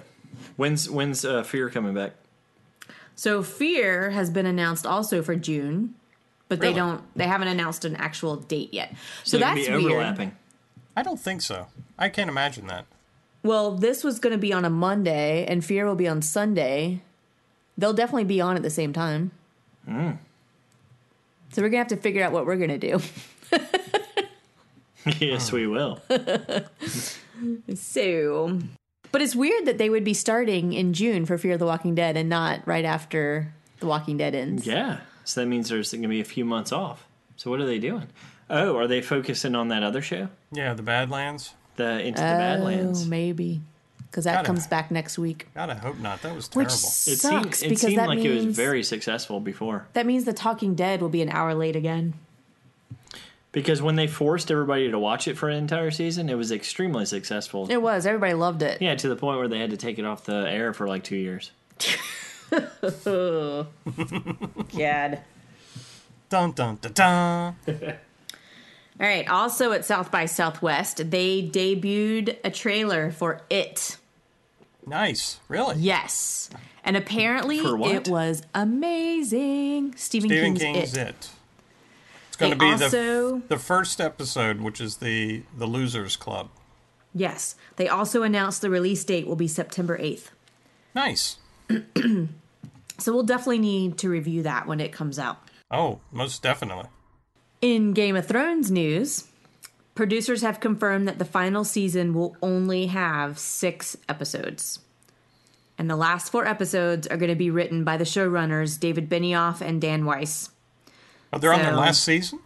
When's when's uh, Fear coming back? So Fear has been announced also for June, but they Really? don't. They haven't announced an actual date yet. So, they're gonna that's be weird. overlapping. I don't think so. I can't imagine that. Well, this was going to be on a Monday, and Fear will be on Sunday. They'll definitely be on at the same time. Hmm. So we're gonna have to figure out what we're gonna do. yes, we will. So, but it's weird that they would be starting in June for Fear of the Walking Dead and not right after The Walking Dead ends. Yeah. So that means there's going to be a few months off. So what are they doing? Oh, are they focusing on that other show, Yeah, the Badlands. the Into the oh, Badlands? maybe because that Gotta- comes back next week, God, I hope not. That was which terrible. It sucks seemed, it because seemed that like means it was very successful before. that means The Talking Dead will be an hour late again. Because when they forced everybody to watch it for an entire season, it was extremely successful. It was everybody loved it. Yeah, to the point where they had to take it off the air for like two years. Ugh. God. dun dun dun dun. All right. Also at South by Southwest, they debuted a trailer for It. Nice. Really? Yes. And apparently For what? it was amazing. Stephen, Stephen King's, King's It. it. It's going to They be also- the the first episode, which is the the Losers Club. Yes. They also announced the release date will be September 8th. Nice. So we'll definitely need to review that when it comes out. Oh, most definitely. In Game of Thrones news, producers have confirmed that the final season will only have six episodes. And the last four episodes are going to be written by the showrunners David Benioff and Dan Weiss. Oh, they're on their So- last season.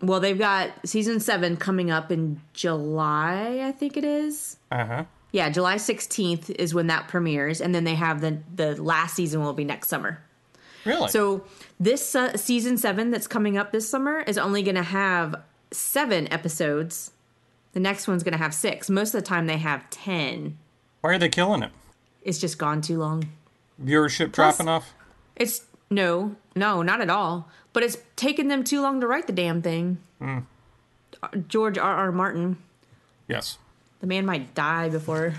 Well, they've got season seven coming up in July, I think it is. Uh huh. Yeah, July 16th is when that premieres. And then they have the, the last season will be next summer. Really? So this uh, season seven that's coming up this summer is only going to have seven episodes. The next one's going to have six. Most of the time they have ten. why are they killing it? It's just gone too long. Viewership Plus- dropping off. It's no, no, not at all. But it's taken them too long to write the damn thing. Uh, George R. R. Martin, Yes. the man might die before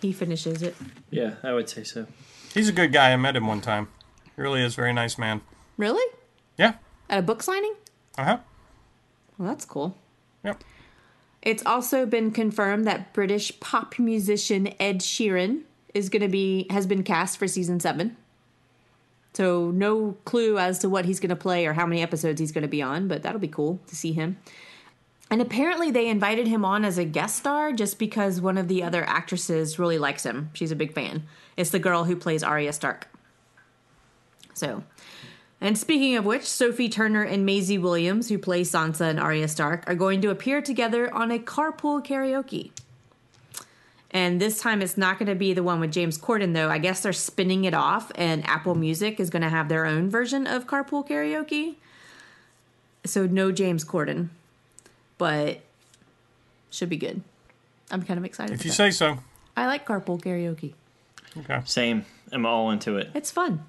he finishes it. Yeah, I would say so. He's a good guy. I met him one time. He really is a very nice man. Really? Yeah. At a book signing? Uh huh. Well, that's cool. Yep. It's also been confirmed that British pop musician Ed Sheeran is going to be has been cast for season 7. So no clue as to what he's going to play or how many episodes he's going to be on, but that'll be cool to see him. And apparently they invited him on as a guest star just because one of the other actresses really likes him. She's a big fan. It's the girl who plays Arya Stark. So, and speaking of which, Sophie Turner and Maisie Williams, who play Sansa and Arya Stark, are going to appear together on a carpool karaoke. And this time it's not going to be the one with James Corden, though. I guess they're spinning it off, and Apple Music is going to have their own version of carpool karaoke. So, no James Corden, but should be good. I'm kind of excited. If for you that. say so. I like carpool karaoke, Okay. Same. I'm all into it. it's fun.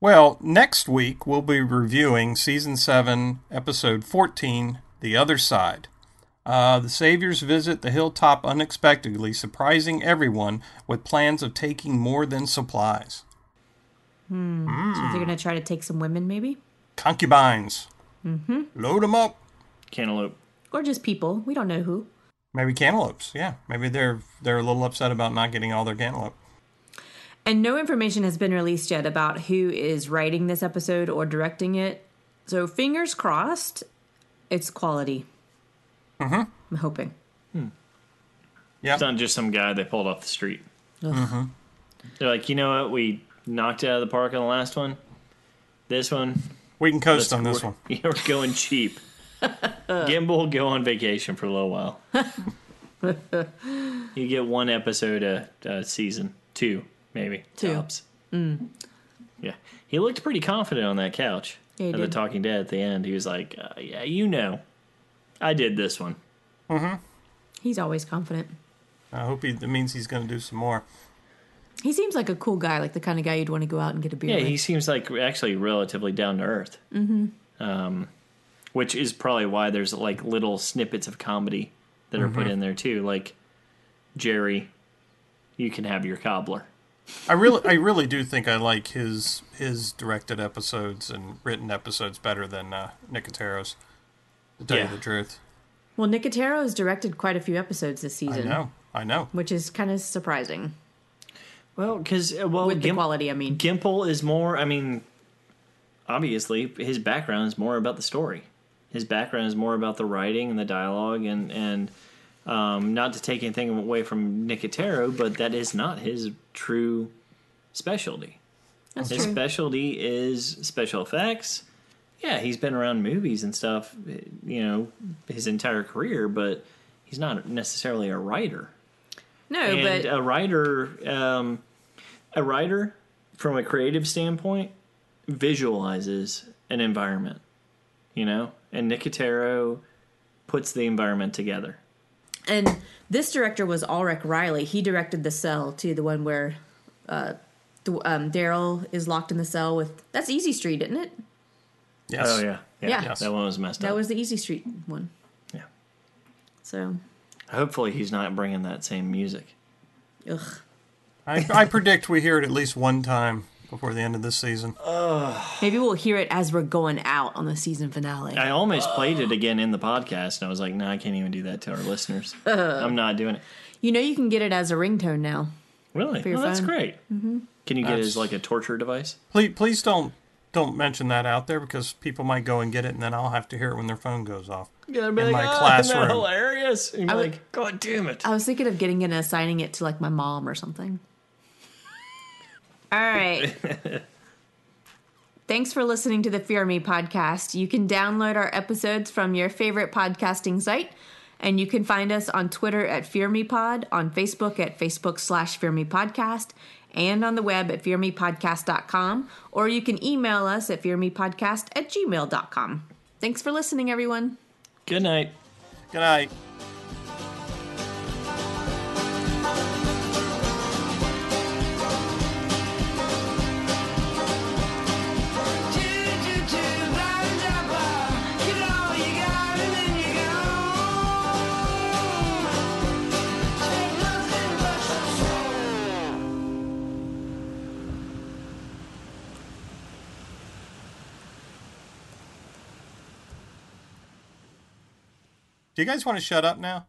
Well, next week we'll be reviewing season 7, episode 14, The Other Side. Uh, the Saviors visit the hilltop unexpectedly, surprising everyone with plans of taking more than supplies. So Hmm. they're going to try to take some women, maybe? Concubines. Mm-hmm. Load them up. Cantaloupe. Or just people. We don't know who. Maybe cantaloupes. Yeah, maybe they're they're a little upset about not getting all their cantaloupe. And no information has been released yet about who is writing this episode or directing it. So fingers crossed, it's quality. Mm-hmm. Uh-huh. I'm hoping. Yeah. It's not just some guy they pulled off the street. Mm-hmm. They're like, you know what? We knocked it out of the park on the last one. This one, We can coast let's- on this we're- one. Yeah, we're going cheap. Gimbal will go on vacation for a little while. you get one episode a, a season, two maybe Two. Mm. tops. Yeah, he looked pretty confident on that couch Yeah, he at the did. Talking Dead at the end. He was like, uh, "Yeah, you know, I did this one." He's always confident. I hope he, that means he's going to do some more. He seems like a cool guy, like the kind of guy you'd want to go out and get a beer Yeah, with. he seems like actually relatively down to earth. Mm-hmm. which is probably why there's like little snippets of comedy that are Mm-hmm. put in there too. Like Jerry, you can have your cobbler. I really, I really do think I like his his directed episodes and written episodes better than uh, Nicotero's. To tell Yeah. you the truth, Well, Nicotero has directed quite a few episodes this I season, know, I know. which is kind of surprising Well, because well, with the Gimp- quality. I mean, Gimple is more. I mean, obviously, his background is more about the story. His background is more about the writing and the dialogue, and and um, not to take anything away from Nicotero, but that is not his true specialty. that's His true. specialty is special effects. Yeah, he's been around movies and stuff, you know, his entire career, but he's not necessarily a writer no, and uh, but a writer um, a writer from a creative standpoint visualizes an environment you know and nicotero puts the environment together and this director was Ulrich Riley. He directed the cell too, the one where uh, th- um, Daryl is locked in the cell with. That's Easy Street, isn't it? Yes. Oh, yeah, Yeah. that one was messed That up was the Easy Street one. yeah So, hopefully he's not bringing that same music ugh. I, I predict we hear it at least one time before the end of this season. Maybe we'll hear it as we're going out on the season finale. i almost played it again in the podcast and i was like no i can't even do that to our listeners i'm not doing it you know, you can get it as a ringtone now. really your well, that's phone. Mm-hmm. great can you get it That's- as like a torture device Please, please don't don't mention that out there because people might go and get it, and then I'll have to hear it when their phone goes off. In my "Ah, classroom." hilarious and you're would- like god damn it I was thinking of getting it and assigning it to like my mom or something. All right. Thanks for listening to the Fear Me podcast. You can download our episodes from your favorite podcasting site, and you can find us on Twitter at Fear Me Pod, on Facebook at Facebook slash Fear Me Podcast, and on the web at fearmepodcast.com, or you can email us at fearmepodcast at gmail.com. Thanks for listening, everyone. good night Good night. Do you guys want to shut up now?